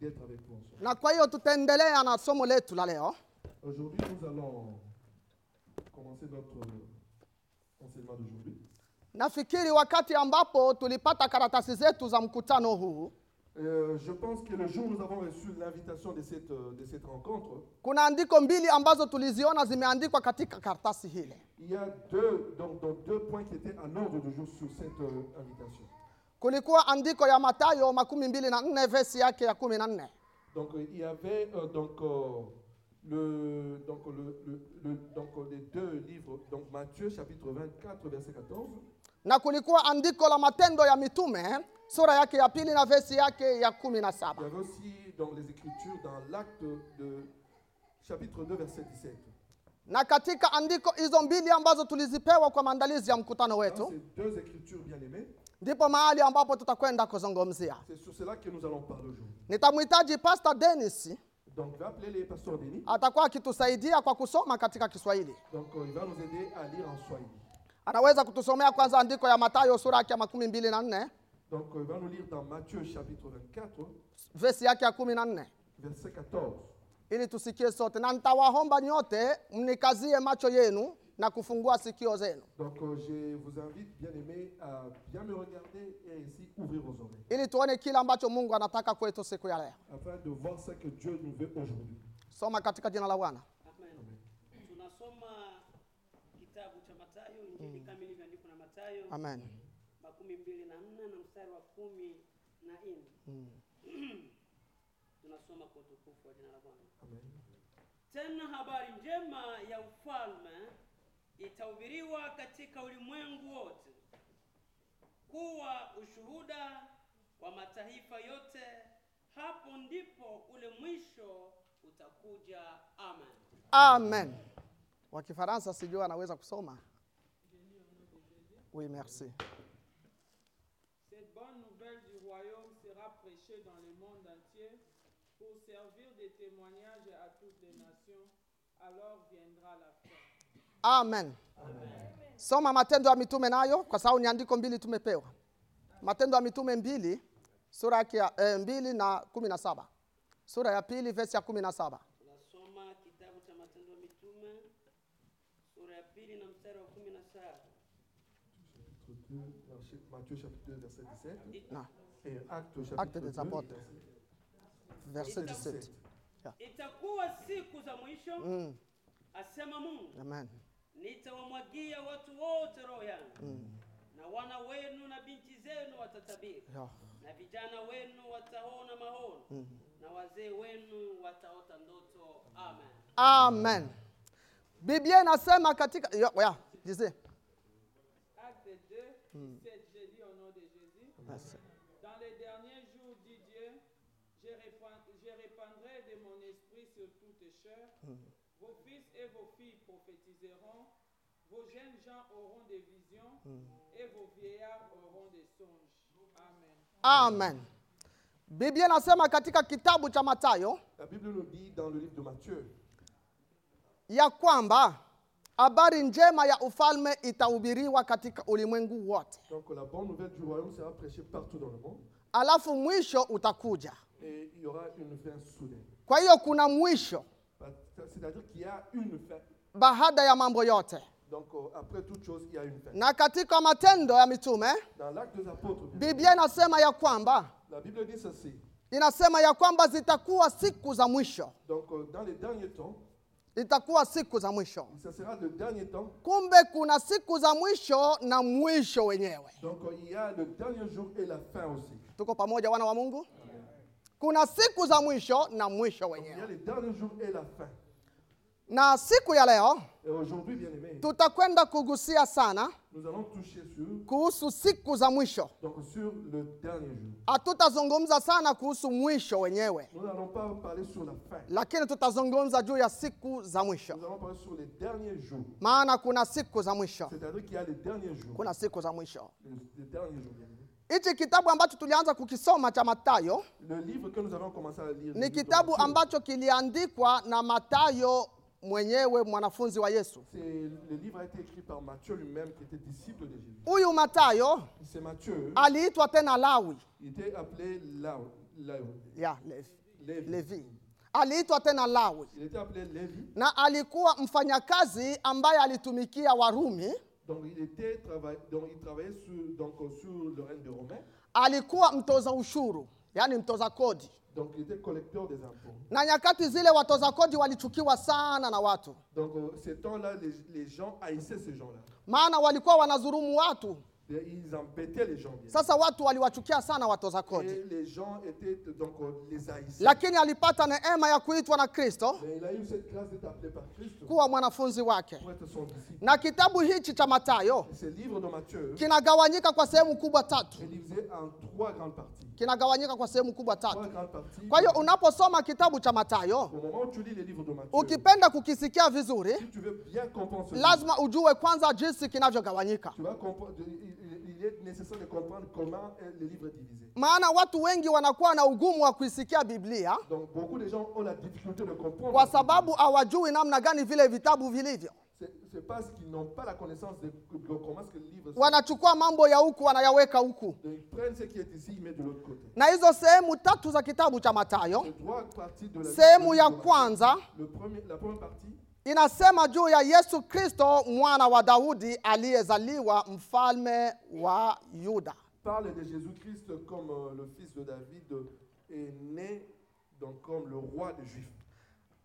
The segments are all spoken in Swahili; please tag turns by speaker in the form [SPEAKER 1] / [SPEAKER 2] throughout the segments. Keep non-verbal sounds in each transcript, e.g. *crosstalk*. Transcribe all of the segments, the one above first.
[SPEAKER 1] d'être avec nous ensemble.
[SPEAKER 2] na kwa hiyo tutaendelea na somo letu la leo
[SPEAKER 1] Aujourd'hui, nous allons commencer notre enseignement d'aujourd'hui.
[SPEAKER 2] nafikiri wakati ambapo tulipata karatasi zetu za mkutano huu
[SPEAKER 1] Euh, je pense que le jour où nous avons reçu l'invitation de cette, euh, de cette rencontre,
[SPEAKER 2] kuna andiko mbili ambazo tuliziona zimeandikwa katika karatasi hile
[SPEAKER 1] il y a deux, donc, donc deux points qui étaient en ordre du jour sur cette euh, invitation.
[SPEAKER 2] kulikuwa andiko ya matayo makumi mbili na nne vesi yake ya kumi na nne
[SPEAKER 1] Donc euh, il y avait euh, donc, euh, le, donc, le, le- le- donc, euh, les deux livres, donc Matthieu chapitre 24, verset 14,
[SPEAKER 2] na kulikuwa andiko la matendo ya mitume sura yake ya pili na vesi yake ya kumi na
[SPEAKER 1] il y
[SPEAKER 2] saba
[SPEAKER 1] avait aussi dans les Écritures, dans l'acte de chapitre 2, verset 17.
[SPEAKER 2] na katika andiko hizo mbili ambazo tulizipewa kwa maandalizi ya mkutano
[SPEAKER 1] Dans
[SPEAKER 2] wetu
[SPEAKER 1] ces deux Écritures bien aimées,
[SPEAKER 2] ndipo mahali ambapo tutakwenda kuzungumzia
[SPEAKER 1] c'est sur cela que nous allons parler aujourd'hui.
[SPEAKER 2] nitamhitaji pastor denis
[SPEAKER 1] Donc je vais appeler les pasteurs Denis,
[SPEAKER 2] atakuwa akitusaidia kwa kusoma katika kiswahili
[SPEAKER 1] donc euh, il va nous aider à lire en Swahili.
[SPEAKER 2] anaweza kutusomea kwanza andiko ya matayo sura yake ya makumi mbili na nne
[SPEAKER 1] Donc euh, il va nous lire dans Matthieu chapitre 24,
[SPEAKER 2] vesi yake ya kumi na nne
[SPEAKER 1] verset 14.
[SPEAKER 2] ili tusikie sote na nitawahomba nyote mnikazie macho yenu na kufungua sikio zenu
[SPEAKER 1] Donc euh, je vous invite, bien aimés, à bien me regarder et ainsi ouvrir vos oreilles.
[SPEAKER 2] ili tuone kile ambacho mungu anataka kwetu siku ya leo
[SPEAKER 1] afin de voir ce que Dieu nous veut aujourd'hui.
[SPEAKER 2] soma katika jina la bwana
[SPEAKER 1] Amen.
[SPEAKER 3] Amen. Tunasoma kitabu cha Mathayo, injili kamili iliyoandikwa na Mathayo
[SPEAKER 2] amen
[SPEAKER 3] makumi mbili na nne na mstari wa kumi na nne. *clears throat* Tunasoma kwa utukufu wa jina la Bwana.
[SPEAKER 1] Amen.
[SPEAKER 3] Tena habari njema ya ufalme itahubiriwa katika ulimwengu wote kuwa ushuhuda wa mataifa yote, hapo ndipo ule mwisho utakuja. Amen.
[SPEAKER 2] amen wa kifaransa sijua anaweza kusoma oui merci
[SPEAKER 4] Cette bonne nouvelle du royaume sera prêchée dans le monde entier pour servir de témoignage à toutes les nations. Alors viendra la fin.
[SPEAKER 2] amen soma matendo ya mitume nayo kwa sababu ni andiko mbili tumepewa matendo ya mitume mbili sura yake ya eh, mbili na kumi na saba sura ya pili vesi ya kumi na saba
[SPEAKER 3] tunasoma kitabu cha matendo ya mitume sura ya pili na mstari wa kumi na saba
[SPEAKER 1] Matthieu chapitre 2, verset 17.
[SPEAKER 2] na
[SPEAKER 1] Et Actes chapitre
[SPEAKER 2] Actes des
[SPEAKER 1] 2,
[SPEAKER 2] Apôtres.
[SPEAKER 1] verset
[SPEAKER 2] verse 17
[SPEAKER 3] itakuwa siku za mwisho
[SPEAKER 2] mm,
[SPEAKER 3] asema mungu
[SPEAKER 2] amen
[SPEAKER 3] nitawamwagia watu wote roho yangu na wana wenu na binti zenu watatabiri
[SPEAKER 2] yeah.
[SPEAKER 3] na vijana wenu wataona maono na wazee wenu wataota ndoto amen
[SPEAKER 2] amen biblia inasema katika ya, ya, jise.
[SPEAKER 4] Acte 2, 17, je lis au nom de Jésus.
[SPEAKER 2] Merci.
[SPEAKER 4] Dans les derniers jours, dit Dieu, je, répand- je répandrai de mon esprit sur toute chair. Vos fils et vos filles prophétiseront. Vos jeunes gens auront des visions et vos vieillards auront des songes. Amen.
[SPEAKER 2] amen biblia inasema katika kitabu cha matayo
[SPEAKER 1] La Bible nous dit dans le livre de Matthieu
[SPEAKER 2] ya kwamba habari njema ya ufalme itahubiriwa katika ulimwengu wote
[SPEAKER 1] donc la bonne nouvelle du royaume sera prêchée partout dans le monde
[SPEAKER 2] alafu mwisho utakuja
[SPEAKER 1] et il y aura une fin soudaine.
[SPEAKER 2] kwa hiyo kuna mwisho
[SPEAKER 1] C'est-à-dire qu'il y a une fin.
[SPEAKER 2] baada ya mambo yote
[SPEAKER 1] Donc euh, après toute chose, il y a une fin.
[SPEAKER 2] na katika matendo ya mitume
[SPEAKER 1] Dans l'acte des apôtres,
[SPEAKER 2] biblia inasema ya kwamba
[SPEAKER 1] la Bible dit ceci.
[SPEAKER 2] inasema ya kwamba zitakuwa siku za mwisho
[SPEAKER 1] Donc euh, dans les derniers temps,
[SPEAKER 2] itakuwa siku za mwisho
[SPEAKER 1] ce sera le dernier temps.
[SPEAKER 2] kumbe kuna siku za mwisho na mwisho wenyewe
[SPEAKER 1] Donc euh, il y a le dernier jour et la fin aussi.
[SPEAKER 2] tuko pamoja wana wa mungu kuna siku za mwisho na mwisho
[SPEAKER 1] Donc, il y a
[SPEAKER 2] wenyewe
[SPEAKER 1] le dernier jour et la fin.
[SPEAKER 2] na siku ya leo
[SPEAKER 1] Et aujourd'hui, bien aimé,
[SPEAKER 2] tutakwenda kugusia sana
[SPEAKER 1] nous allons toucher sur,
[SPEAKER 2] kuhusu siku za mwisho
[SPEAKER 1] donc sur le dernier jour.
[SPEAKER 2] hatutazungumza sana kuhusu mwisho wenyewe
[SPEAKER 1] Nous n'allons pas parler sur la fin.
[SPEAKER 2] lakini tutazungumza juu ya siku za
[SPEAKER 1] Nous
[SPEAKER 2] mwisho
[SPEAKER 1] allons parler sur les derniers jours.
[SPEAKER 2] maana kuna siku za mwisho
[SPEAKER 1] C'est-à-dire qu'il y a les derniers jours.
[SPEAKER 2] kuna siku za mwisho
[SPEAKER 1] Les, les derniers jours, bien aimé.
[SPEAKER 2] hichi kitabu ambacho tulianza kukisoma cha matayo
[SPEAKER 1] Le livre que nous avons commencé à lire. le livre
[SPEAKER 2] ni
[SPEAKER 1] de
[SPEAKER 2] kitabu
[SPEAKER 1] Matthieu,
[SPEAKER 2] ambacho kiliandikwa na matayo mwenyewe mwanafunzi wa yesu
[SPEAKER 1] c'est- Le livre a été écrit par Matthieu lui-même, qui était disciple de Jésus.
[SPEAKER 2] huyu matayo Ah.
[SPEAKER 1] C'est Matthieu,
[SPEAKER 2] aliitwa tena lawi
[SPEAKER 1] il était appelé Lao- Lao-
[SPEAKER 2] ya Levi.
[SPEAKER 1] Levi.
[SPEAKER 2] Levi. Aliitwa tena Lawi
[SPEAKER 1] Il était appelé Lévi.
[SPEAKER 2] na alikuwa mfanyakazi ambaye alitumikia Warumi.
[SPEAKER 1] Donc il, était trava- donc, il travaillait sur, donc, euh, sur le règne de Romain.
[SPEAKER 2] Alikuwa mtoza ushuru, yaani mtoza kodi,
[SPEAKER 1] Donc il était collecteur des impôts.
[SPEAKER 2] na nyakati zile watoza kodi walichukiwa sana na watu,
[SPEAKER 1] Donc euh, ces temps-là, les, les gens haïssaient ces gens-là.
[SPEAKER 2] maana walikuwa wanadhulumu watu.
[SPEAKER 1] Et Ils embêtaient les gens. bien.
[SPEAKER 2] Sasa watu waliwachukia sana watoza kodi,
[SPEAKER 1] Et les gens étaient donc euh, les haïssaient.
[SPEAKER 2] lakini alipata neema ya kuitwa na Kristo
[SPEAKER 1] Mais il a eu cette grâce d'être appelé par Christ
[SPEAKER 2] kuwa mwanafunzi wake.
[SPEAKER 1] pour être son disciple.
[SPEAKER 2] Na kitabu hichi cha Mathayo
[SPEAKER 1] Et Ce livre de Matthieu
[SPEAKER 2] kinagawanyika kwa sehemu kubwa tatu,
[SPEAKER 1] est divisé en trois grandes parties.
[SPEAKER 2] kinagawanyika kwa sehemu kubwa
[SPEAKER 1] Trois
[SPEAKER 2] tatu.
[SPEAKER 1] grandes parties.
[SPEAKER 2] Kwa hiyo unaposoma kitabu cha Mathayo,
[SPEAKER 1] Au moment où tu lis les livres de Matthieu,
[SPEAKER 2] ukipenda kukisikia vizuri,
[SPEAKER 1] si tu veux bien comprendre ce livre,
[SPEAKER 2] lazima ujue kwanza jinsi kinavyogawanyika,
[SPEAKER 1] tu vas comprendre, il, il- il est nécessaire de comprendre comment euh, le livre est divisé.
[SPEAKER 2] maana watu wengi wanakuwa na ugumu wa kuisikia Biblia
[SPEAKER 1] Donc beaucoup de gens ont la difficulté de comprendre.
[SPEAKER 2] kwa sababu hawajui namna gani vile vitabu vilivyo.
[SPEAKER 1] C'est c'est parce qu'ils n'ont pas la connaissance de, de comment est-ce que le livre...
[SPEAKER 2] Wanachukua mambo ya huku wanayaweka huku,
[SPEAKER 1] Donc, ils prennent ce qui est ici, ils mettent de l'autre côté.
[SPEAKER 2] na hizo sehemu tatu za kitabu cha Mathayo,
[SPEAKER 1] Les trois parties de la
[SPEAKER 2] sehemu ya
[SPEAKER 1] de la-
[SPEAKER 2] kwanza
[SPEAKER 1] le premier, la première partie,
[SPEAKER 2] inasema juu ya Yesu Kristo mwana wa Daudi aliyezaliwa mfalme wa Yuda.
[SPEAKER 1] parle de Jésus-Christ comme euh, le fils de David euh, est né donc comme le roi des Juifs.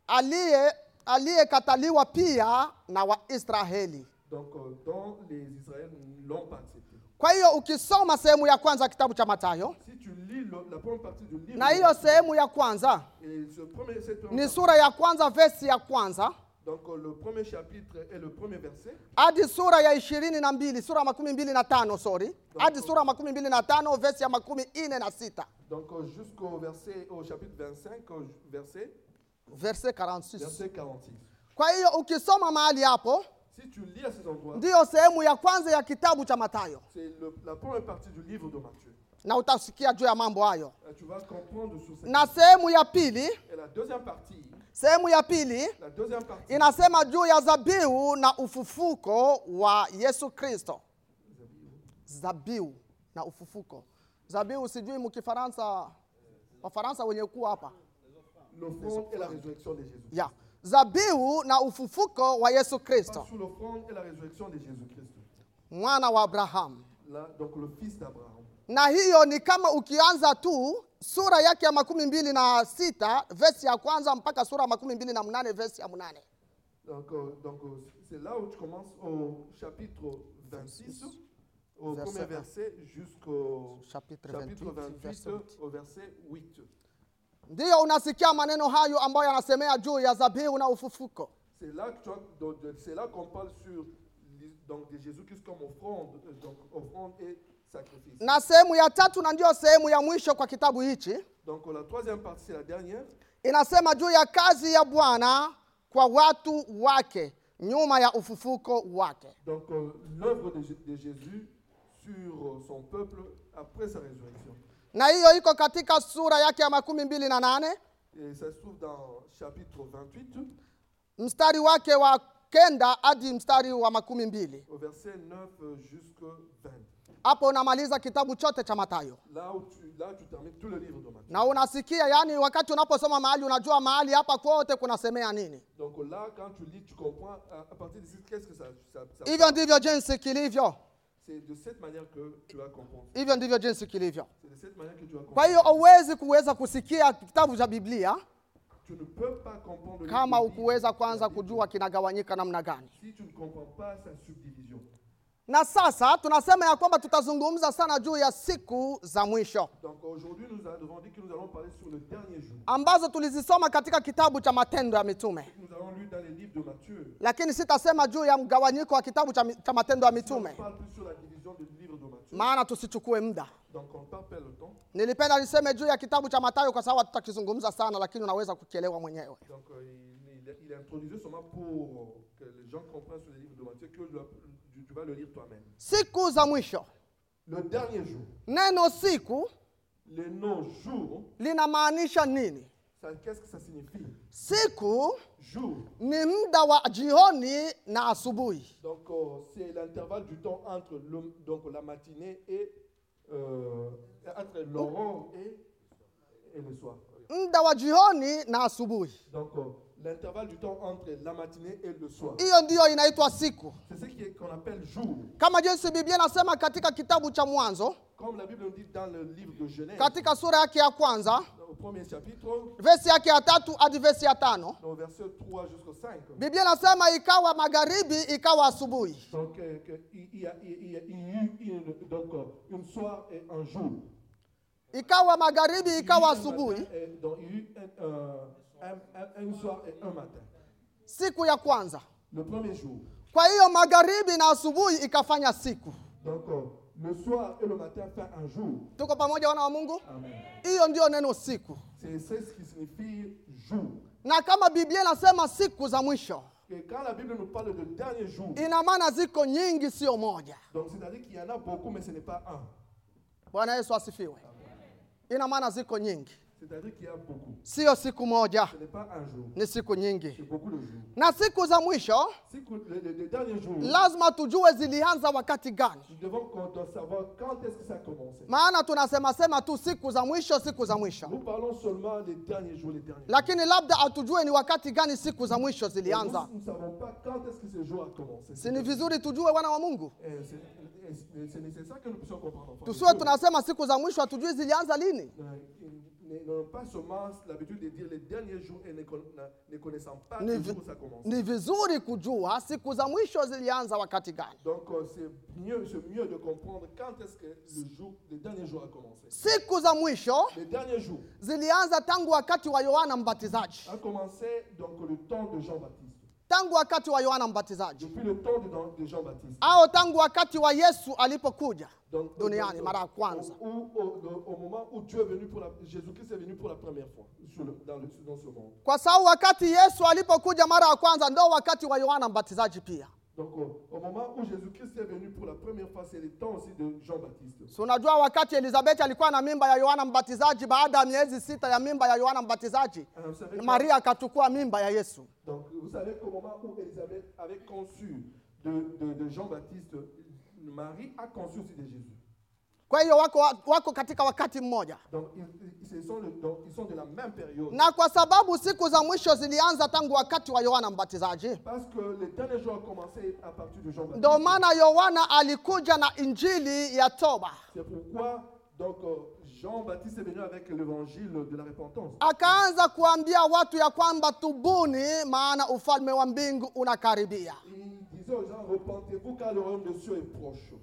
[SPEAKER 2] aliye aliyekataliwa pia na Waisraeli.
[SPEAKER 1] Donc euh, dont les Israéliens l'ont pas accepté.
[SPEAKER 2] Kwa hiyo ukisoma sehemu ya kwanza ya kitabu cha Mathayo
[SPEAKER 1] Si tu lis le- la première partie du livre,
[SPEAKER 2] na hiyo sehemu ya kwanza
[SPEAKER 1] et ce premier, cette première
[SPEAKER 2] ni
[SPEAKER 1] partie,
[SPEAKER 2] sura ya kwanza vesi ya kwanza
[SPEAKER 1] donc euh, le premier chapitre et le premier verset,
[SPEAKER 2] hadi sura ya ishirini na mbili sura ya makumi mbili na tano sorry, hadi sura ya makumi mbili na tano vesi ya makumi ine na sita
[SPEAKER 1] donc euh, jusqu'au verset, au chapitre 25, euh, verset,
[SPEAKER 2] verset 46.
[SPEAKER 1] verset 46.
[SPEAKER 2] Kwa hiyo ukisoma mahali hapo
[SPEAKER 1] Si tu lis à ces endroits,
[SPEAKER 2] ndiyo sehemu ya kwanza ya kitabu cha Mathayo,
[SPEAKER 1] c'est le- la première partie du livre de Matthieu.
[SPEAKER 2] na utasikia juu ya mambo hayo.
[SPEAKER 1] Euh, Tu vas comprendre sur cette.
[SPEAKER 2] Na sehemu ya pili,
[SPEAKER 1] Et la deuxième partie,
[SPEAKER 2] sehemu ya pili
[SPEAKER 1] la deuxième partie,
[SPEAKER 2] inasema juu ya zabihu na ufufuko wa Yesu Kristo. Zabihu na ufufuko. Zabihu sijui mkifaransa, Wafaransa wenye kuwa hapa
[SPEAKER 1] l'offrande et la résurrection de Jésus.
[SPEAKER 2] ya zabihu na ufufuko wa Yesu
[SPEAKER 1] Pas
[SPEAKER 2] Kristo,
[SPEAKER 1] sous l'offrande et la résurrection de Jésus-Christ.
[SPEAKER 2] mwana wa Abrahamu.
[SPEAKER 1] Là, Donc le fils d'Abraham.
[SPEAKER 2] Na hiyo ni kama ukianza tu sura yake ya makumi mbili na sita vesi ya kwanza mpaka sura ya makumi mbili na mnane vesi ya mnane.
[SPEAKER 1] Donc euh, donc, euh, c'est là où tu commences au chapitre 26, au
[SPEAKER 2] Verset
[SPEAKER 1] premier
[SPEAKER 2] un.
[SPEAKER 1] verset jusqu'au
[SPEAKER 2] Chapitre
[SPEAKER 1] chapitre
[SPEAKER 2] 28,
[SPEAKER 1] 28,
[SPEAKER 2] verset huit.
[SPEAKER 1] au verset 8.
[SPEAKER 2] Ndiyo unasikia maneno hayo ambayo yanasemea juu ya zabihu na ufufuko.
[SPEAKER 1] C'est là que tu as- donc, de- c'est là qu'on parle sur l'hi- donc de Jésus-Christ comme offrande, euh, donc offrande et sacrifice.
[SPEAKER 2] na sehemu ya tatu na ndiyo sehemu ya mwisho kwa kitabu hichi
[SPEAKER 1] Donc euh, la troisième partie, c'est la dernière.
[SPEAKER 2] inasema juu ya kazi ya bwana kwa watu wake nyuma ya ufufuko wake
[SPEAKER 1] Donc euh, l'œuvre de, Jé- de Jésus sur euh, son peuple après sa résurrection.
[SPEAKER 2] na hiyo iko katika sura yake ya makumi mbili na nane
[SPEAKER 1] Et ça se trouve dans chapitre 28,
[SPEAKER 2] mstari wake wa kenda hadi mstari wa makumi mbili
[SPEAKER 1] au verset 9 euh, jusqu'au 20.
[SPEAKER 2] hapo unamaliza kitabu chote cha matayo
[SPEAKER 1] Là où tu, là tu termines tout le livre de Matthieu.
[SPEAKER 2] na unasikia yani wakati unaposoma mahali unajua mahali hapa kwote kunasemea nini
[SPEAKER 1] Donc euh, là, quand tu lis, tu comprends à, à partir d'ici, qu'est-ce que ça, ça, ça-
[SPEAKER 2] hivyo ndivyo jinsi kilivyo
[SPEAKER 1] C'est de cette manière que tu vas comprendre.
[SPEAKER 2] hivyo ndivyo jinsi kilivyo
[SPEAKER 1] C'est de cette manière que tu vas comprendre.
[SPEAKER 2] kwa hiyo hauwezi kuweza kusikia kitabu cha biblia
[SPEAKER 1] Tu ne peux pas comprendre le
[SPEAKER 2] kama
[SPEAKER 1] livre de
[SPEAKER 2] hukuweza
[SPEAKER 1] Bible, la
[SPEAKER 2] kwanza
[SPEAKER 1] Bible,
[SPEAKER 2] kujua kinagawanyika namna gani.
[SPEAKER 1] si tu ne comprends pas sa subdivision.
[SPEAKER 2] Na sasa tunasema ya kwamba tutazungumza sana juu ya siku za mwisho
[SPEAKER 1] Donc aujourd'hui, nous avons dit que nous allons parler sur le dernier jour.
[SPEAKER 2] ambazo tulizisoma katika kitabu cha Matendo ya Mitume,
[SPEAKER 1] Nous avons lu dans les livres de Matthieu.
[SPEAKER 2] lakini sitasema juu ya mgawanyiko wa kitabu cha, mi- cha Matendo ya
[SPEAKER 1] On
[SPEAKER 2] Mitume
[SPEAKER 1] parle plus sur la division du livre de Matthieu.
[SPEAKER 2] maana tusichukue muda.
[SPEAKER 1] Donc on parle pas le temps.
[SPEAKER 2] Nilipenda niseme juu ya kitabu cha Mathayo kwa sababu tutakizungumza sana, lakini unaweza kukielewa mwenyewe.
[SPEAKER 1] Donc euh, il, il, il introduisait seulement pour euh, que les gens comprennent sur le livre de Matthieu que tu, vas- tu- tu vas le lire toi-même.
[SPEAKER 2] Siku za mwisho,
[SPEAKER 1] Le dernier jour,
[SPEAKER 2] neno siku
[SPEAKER 1] le nom jour,
[SPEAKER 2] linamaanisha nini?
[SPEAKER 1] ça- qu'est-ce que ça signifie
[SPEAKER 2] Siku
[SPEAKER 1] Jour.
[SPEAKER 2] ni muda wa jioni na asubuhi.
[SPEAKER 1] Donc euh, c'est l'intervalle du temps entre le- donc, la matinée et euh, entre l'aurore et, et le soir. Oui.
[SPEAKER 2] muda wa jioni na asubuhi.
[SPEAKER 1] Donc, euh, l'intervalle du temps entre la matinée et le soir.
[SPEAKER 2] Hiyo ndiyo inaitwa siku,
[SPEAKER 1] C'est ce qui est- qu'on appelle jour.
[SPEAKER 2] kama jinsi Biblia inasema katika kitabu cha Mwanzo
[SPEAKER 1] Comme la Bible nous dit dans le livre de Genèse,
[SPEAKER 2] katika sura yake ya kwanza
[SPEAKER 1] au premier chapitre,
[SPEAKER 2] vesi yake ya tatu hadi vesi ya tano
[SPEAKER 1] au verset 3 jusqu'au 5.
[SPEAKER 2] Biblia inasema ikawa magharibi, ikawa asubuhi.
[SPEAKER 1] Donc, euh, que il y a, il y a- il y a eu une, donc, euh, une soir et un jour.
[SPEAKER 2] Ikawa magharibi,
[SPEAKER 1] Il y a eu
[SPEAKER 2] ikawa
[SPEAKER 1] un
[SPEAKER 2] asubuhi,
[SPEAKER 1] matin et- donc, il y a eu un, euh, un- un- une soir et un matin.
[SPEAKER 2] siku ya kwanza.
[SPEAKER 1] Le premier jour.
[SPEAKER 2] Kwa hiyo magharibi na asubuhi ikafanya siku.
[SPEAKER 1] Donc, euh, le soir et le matin fait un jour.
[SPEAKER 2] Tuko pamoja wana wa Mungu?
[SPEAKER 1] Amen.
[SPEAKER 2] Hiyo ndiyo neno siku,
[SPEAKER 1] C'est c'est ce qui signifie jour.
[SPEAKER 2] na kama Biblia inasema siku za mwisho,
[SPEAKER 1] Et quand la Bible nous parle de dernier jour,
[SPEAKER 2] ina maana ziko nyingi, sio moja.
[SPEAKER 1] donc c'est-à-dire qu'il y en a beaucoup, mais ce n'est pas un.
[SPEAKER 2] Bwana Yesu asifiwe. Ina maana ziko nyingi,
[SPEAKER 1] C'est-à-dire qu'il y a beaucoup.
[SPEAKER 2] siyo siku moja,
[SPEAKER 1] Ce n'est pas un jour,
[SPEAKER 2] ni siku
[SPEAKER 1] c'est
[SPEAKER 2] nyingi.
[SPEAKER 1] beaucoup de jours.
[SPEAKER 2] Na siku za mwisho
[SPEAKER 1] C'est que le, le- le dernier jour,
[SPEAKER 2] lazima tujue zilianza wakati gani,
[SPEAKER 1] nous devons qu'on doit savoir quand est-ce que ça a commencé.
[SPEAKER 2] maana tunasema sema tu siku za mwisho, siku za mwisho,
[SPEAKER 1] Nous parlons seulement des derniers jours, les derniers jours.
[SPEAKER 2] lakini labda hatujue ni wakati gani siku za mwisho
[SPEAKER 1] Et nous,
[SPEAKER 2] zilianza.
[SPEAKER 1] Nous ne savons pas quand est-ce que ce jour a commencé.
[SPEAKER 2] Si ni vizuri tujue, wana wa Mungu,
[SPEAKER 1] Eh, C'est eh, c'est nécessaire que nous puissions comprendre. enfin,
[SPEAKER 2] tusiwe
[SPEAKER 1] le jour.
[SPEAKER 2] tunasema siku za mwisho hatujui zilianza lini.
[SPEAKER 1] Euh, Nous n'avons pas seulement l'habitude de dire les derniers jours et ne con- ne connaissant pas
[SPEAKER 2] Ni,
[SPEAKER 1] le
[SPEAKER 2] vi,
[SPEAKER 1] jour où ça commence.
[SPEAKER 2] ni vizuri kujua siku za mwisho zilianza wakati gani.
[SPEAKER 1] Donc euh, c'est mieux, c'est mieux de comprendre quand est-ce que le jour, le dernier jour a commencé.
[SPEAKER 2] Siku za mwisho
[SPEAKER 1] Le dernier jour
[SPEAKER 2] zilianza tangu wakati wa Yohana Mbatizaji,
[SPEAKER 1] a commencé donc le temps de Jean-Baptiste.
[SPEAKER 2] tangu wakati wa Yohana Mbatizaji
[SPEAKER 1] Depuis le temps de, de Jean-Baptiste.
[SPEAKER 2] au tangu wakati wa Yesu alipokuja
[SPEAKER 1] Donc,
[SPEAKER 2] duniani mara ya kwanza.
[SPEAKER 1] au, au- au- au moment où Dieu est venu pour la, Jésus-Christ est venu pour la première fois sur le- dans, le- dans ce monde.
[SPEAKER 2] Kwa sababu wakati Yesu alipokuja mara ya kwanza ndo wakati wa Yohana Mbatizaji pia.
[SPEAKER 1] Donc euh, au moment où Jésus-Christ est venu pour la première fois, c'est le temps aussi de Jean-Baptiste.
[SPEAKER 2] Si unajua wakati Elizabeth alikuwa na mimba ya Yohana Mbatizaji, baada ya miezi sita ya mimba ya Yohana Mbatizaji,
[SPEAKER 1] Alors, Ah, vous savez,
[SPEAKER 2] Maria akachukua mimba ya Yesu.
[SPEAKER 1] donc, vous savez qu'au moment où Élisabeth avait conçu de, de- de Jean-Baptiste, Marie a conçu aussi de Jésus.
[SPEAKER 2] Kwa hiyo wako, wako katika wakati mmoja,
[SPEAKER 1] Donc ils, ils- ce sont le- donc, ils sont de la même période.
[SPEAKER 2] na kwa sababu siku za mwisho zilianza tangu wakati wa Yohana Mbatizaji,
[SPEAKER 1] Parce que les derniers jours ont commencé à partir de Jean-Baptiste.
[SPEAKER 2] ndio maana Yohana alikuja na injili ya toba,
[SPEAKER 1] C'est pourquoi donc euh, Jean-Baptiste est venu avec l'évangile de la repentance.
[SPEAKER 2] Ah. akaanza kuambia watu ya kwamba tubuni, maana ufalme wa mbingu unakaribia.
[SPEAKER 1] Il disait aux gens repentez-vous car le royaume de Dieu est proche.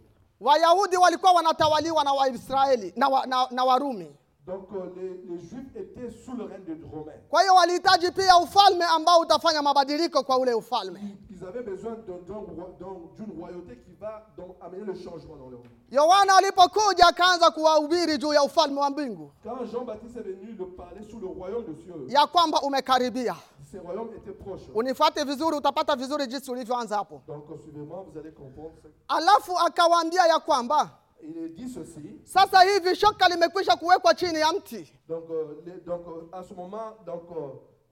[SPEAKER 2] Wayahudi walikuwa wanatawaliwa na Waisraeli na, wa, na, na Warumi,
[SPEAKER 1] Donc euh, les, les Juifs étaient sous le règne des Romains.
[SPEAKER 2] kwa hiyo walihitaji pia ufalme ambao utafanya mabadiliko kwa ule ufalme.
[SPEAKER 1] Ils, ils avaient besoin d'un- d'un roi- d'un- d'une royauté qui va donc amener le changement dans leur monde.
[SPEAKER 2] Yohana alipokuja akaanza kuwahubiri juu ya ufalme wa mbingu
[SPEAKER 1] Quand Jean-Baptiste est venu le parler sous le royaume de Dieu,
[SPEAKER 2] ya kwamba umekaribia.
[SPEAKER 1] ce royaume était proche.
[SPEAKER 2] Unifuate vizuri, utapata vizuri jinsi ulivyoanza hapo.
[SPEAKER 1] Donc euh, suivez-moi, vous allez comprendre. ce-
[SPEAKER 2] Alafu akawaambia ya kwamba
[SPEAKER 1] Il est dit ceci.
[SPEAKER 2] sasa hivi shoka limekwisha kuwekwa chini ya mti,
[SPEAKER 1] Donc, euh, les- donc euh, à ce moment, donc, euh,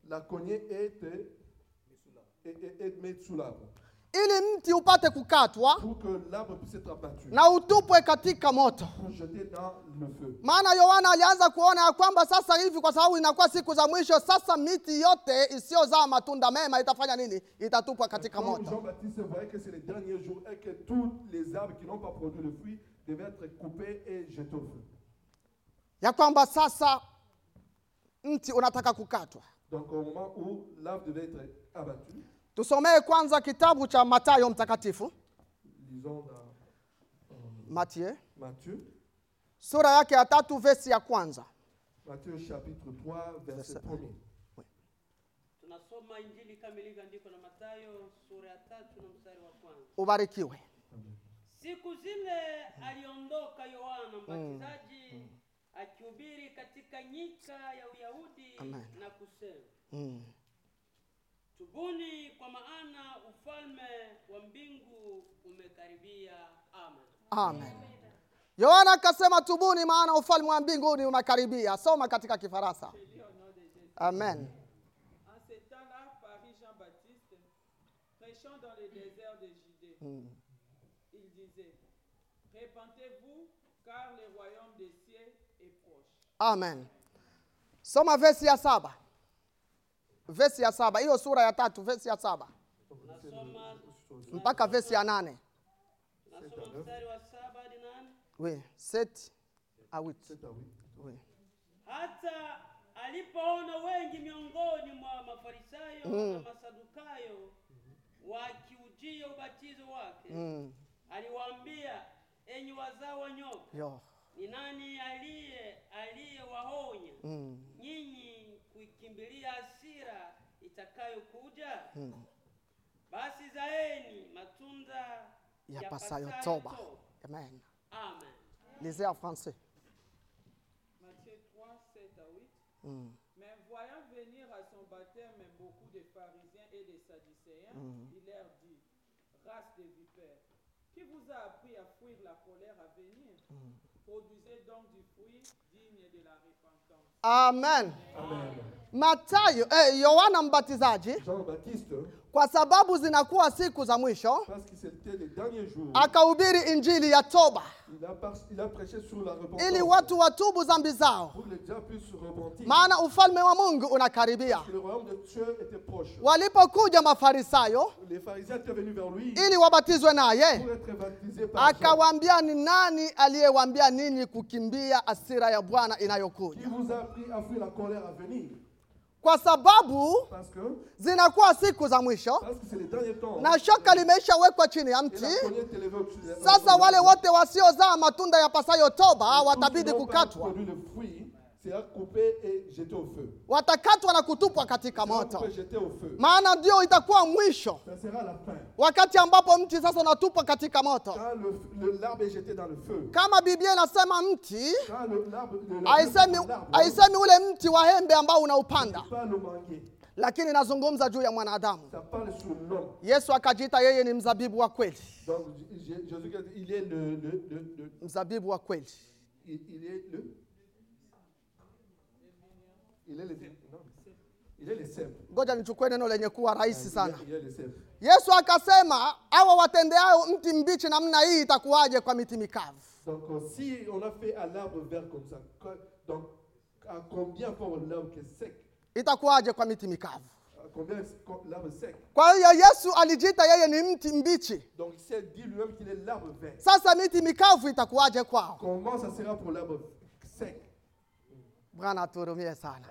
[SPEAKER 1] la cognée est, euh, est, est, est mise sous l'arbre
[SPEAKER 2] ili mti upate kukatwa
[SPEAKER 1] pour que l'arbre puisse être abattu,
[SPEAKER 2] na utupwe katika moto.
[SPEAKER 1] pour jeter dans le feu.
[SPEAKER 2] Maana Yohana alianza kuona ya kwamba sasa hivi, kwa sababu inakuwa siku za mwisho, sasa miti yote isiyozaa matunda mema itafanya nini? Itatupwa katika
[SPEAKER 1] Quand
[SPEAKER 2] moto.
[SPEAKER 1] Jean-Baptiste voyait que c'est les derniers jours et que tous les arbres qui n'ont pas produit le fruit devaient être coupés et jetés au feu.
[SPEAKER 2] Ya kwamba sasa mti unataka kukatwa.
[SPEAKER 1] Donc au moment où l'arbre devait être abattu,
[SPEAKER 2] Tusomee kwanza kitabu cha Mathayo Mtakatifu,
[SPEAKER 1] lisons dans euh,
[SPEAKER 2] Mathayo
[SPEAKER 1] Matthieu,
[SPEAKER 2] sura yake ya tatu vesi ya kwanza.
[SPEAKER 1] Matthieu chapitre 3, verset 1er.
[SPEAKER 3] tunasoma injili kamiliga andiko na matayo sura ya tatu na mstari wa kwanza
[SPEAKER 2] Ubarikiwe.
[SPEAKER 3] siku zile aliondoka yohana mbatizaji akihubiri katika nyika ya uyahudi
[SPEAKER 2] Amen.
[SPEAKER 3] na kusema Hmm.
[SPEAKER 2] Mm.
[SPEAKER 3] tubuni kwa maana ufalme wa mbingu umekaribia amen
[SPEAKER 2] Amen. Yohana akasema tubuni, maana ufalme wa mbinguni unakaribia. Soma katika Kifaransa.
[SPEAKER 4] Je lis au nom de Jésus.
[SPEAKER 2] Amen.
[SPEAKER 4] En ce temps-là, Paris Jean-Baptiste, prêchant dans le désert de Judée, il disait Répentez-vous, car le royaume des cieux est proche.
[SPEAKER 2] Amen. soma vesi ya saba vesi ya saba hiyo sura ya tatu vesi ya saba
[SPEAKER 3] nasoma
[SPEAKER 2] mpaka vesi ya nane
[SPEAKER 3] nasoma mstari wa saba hadi nane
[SPEAKER 2] oui, set à huit.
[SPEAKER 1] C'est à oui.
[SPEAKER 2] Oui.
[SPEAKER 3] hata alipoona wengi miongoni mwa mafarisayo na
[SPEAKER 2] Mm.
[SPEAKER 3] masadukayo wakiujia ubatizo wake
[SPEAKER 2] Mm.
[SPEAKER 3] aliwaambia enyi wazao wa nyoka
[SPEAKER 2] Yo.
[SPEAKER 3] ni nani aliye aliyewaonya
[SPEAKER 2] Mm.
[SPEAKER 3] nyinyi kuikimbilia hasira itakayokuja
[SPEAKER 2] mm.
[SPEAKER 3] basi zaeni matunda
[SPEAKER 2] Ya
[SPEAKER 3] yapasayo
[SPEAKER 2] pasayo toba.
[SPEAKER 3] toba.
[SPEAKER 2] Amen.
[SPEAKER 3] amen
[SPEAKER 2] Lisez en français.
[SPEAKER 4] Matthieu 3, 7 à 8.
[SPEAKER 2] Mm.
[SPEAKER 4] Mais voyant venir à son baptême beaucoup de pharisiens et de sadducéens, il leur dit Race de vipères, qui vous a appris à fuir la colère à venir Produisez donc du fruit digne de la repentance.
[SPEAKER 2] Amen.
[SPEAKER 1] Amen.
[SPEAKER 2] Matayo, eh, Yohana Mbatizaji
[SPEAKER 1] Jean-Baptiste,
[SPEAKER 2] kwa sababu zinakuwa siku za mwisho
[SPEAKER 1] parce que c'était les derniers jours,
[SPEAKER 2] Ah. akahubiri injili ya toba
[SPEAKER 1] il a, par- il a prêché sur la
[SPEAKER 2] ili
[SPEAKER 1] repentance
[SPEAKER 2] watu watubu dhambi zao,
[SPEAKER 1] pour que les gens puissent se repentir.
[SPEAKER 2] maana ufalme wa Mungu unakaribia.
[SPEAKER 1] Le royaume de Dieu était proche.
[SPEAKER 2] Walipokuja Mafarisayo
[SPEAKER 1] Les pharisiens étaient venus vers lui
[SPEAKER 2] ili wabatizwe naye,
[SPEAKER 1] pour être baptisés par Jean.
[SPEAKER 2] akawaambia ni nani aliyewaambia ninyi kukimbia hasira ya Bwana
[SPEAKER 1] Qui
[SPEAKER 2] inayokuja?
[SPEAKER 1] vous a appris à fuir la colère à venir
[SPEAKER 2] Kwa sababu
[SPEAKER 1] Parce que,
[SPEAKER 2] zinakuwa siku za mwisho
[SPEAKER 1] parce que c'est les derniers temps.
[SPEAKER 2] na shoka limeshawekwa chini ya
[SPEAKER 1] Et
[SPEAKER 2] mti.
[SPEAKER 1] la colère est élevée au-dessus de la-
[SPEAKER 2] Sasa wale wote wasiozaa matunda yapasayo toba
[SPEAKER 1] Tous ceux qui
[SPEAKER 2] watabidi
[SPEAKER 1] n'ont pas
[SPEAKER 2] kukatwa,
[SPEAKER 1] produit le fruit, c'est à couper et jeter au feu.
[SPEAKER 2] watakatwa na kutupwa katika
[SPEAKER 1] C'est à couper
[SPEAKER 2] moto,
[SPEAKER 1] et jeter au feu.
[SPEAKER 2] maana ndio itakuwa mwisho,
[SPEAKER 1] Ça sera la fin.
[SPEAKER 2] wakati ambapo mti sasa unatupwa katika moto.
[SPEAKER 1] Quand le- le- l'arbre est jeté dans le feu,
[SPEAKER 2] Kama Biblia inasema mti
[SPEAKER 1] quand le- l'arbre le- le-
[SPEAKER 2] haisemi
[SPEAKER 1] l'arbre-
[SPEAKER 2] haisemi ule mti wa hembe ambao unaupanda,
[SPEAKER 1] pas le manguer,
[SPEAKER 2] lakini inazungumza juu ya mwanadamu.
[SPEAKER 1] ça parle sur l'homme.
[SPEAKER 2] Yesu akajiita yeye ni mzabibu wa kweli,
[SPEAKER 1] Donc J- Jésus, il est le, le- le- le-
[SPEAKER 2] mzabibu wa kweli,
[SPEAKER 1] il, il est le, il est le, non, il est le sève.
[SPEAKER 2] ngoja nichukue neno lenye kuwa rahisi sana.
[SPEAKER 1] Il est le sève.
[SPEAKER 2] Yesu akasema hawa watendeao mti mbichi namna hii itakuwaje kwa miti mikavu?
[SPEAKER 1] Donc euh, si on a fait à l'arbre vert comme ça, co- donc à combien forme l'arbre qui est sec,
[SPEAKER 2] Itakuwaje kwa miti mikavu?
[SPEAKER 1] à Euh, combien est- co- l'arbre sec.
[SPEAKER 2] Kwa hiyo Yesu alijiita yeye ni mti mbichi.
[SPEAKER 1] Donc il s'est dit lui-même qu'il est l'arbre vert.
[SPEAKER 2] Sasa miti mikavu itakuwaje kwao?
[SPEAKER 1] Comment ça sera pour l'arbre sec?
[SPEAKER 2] Bwana atuhurumie sana.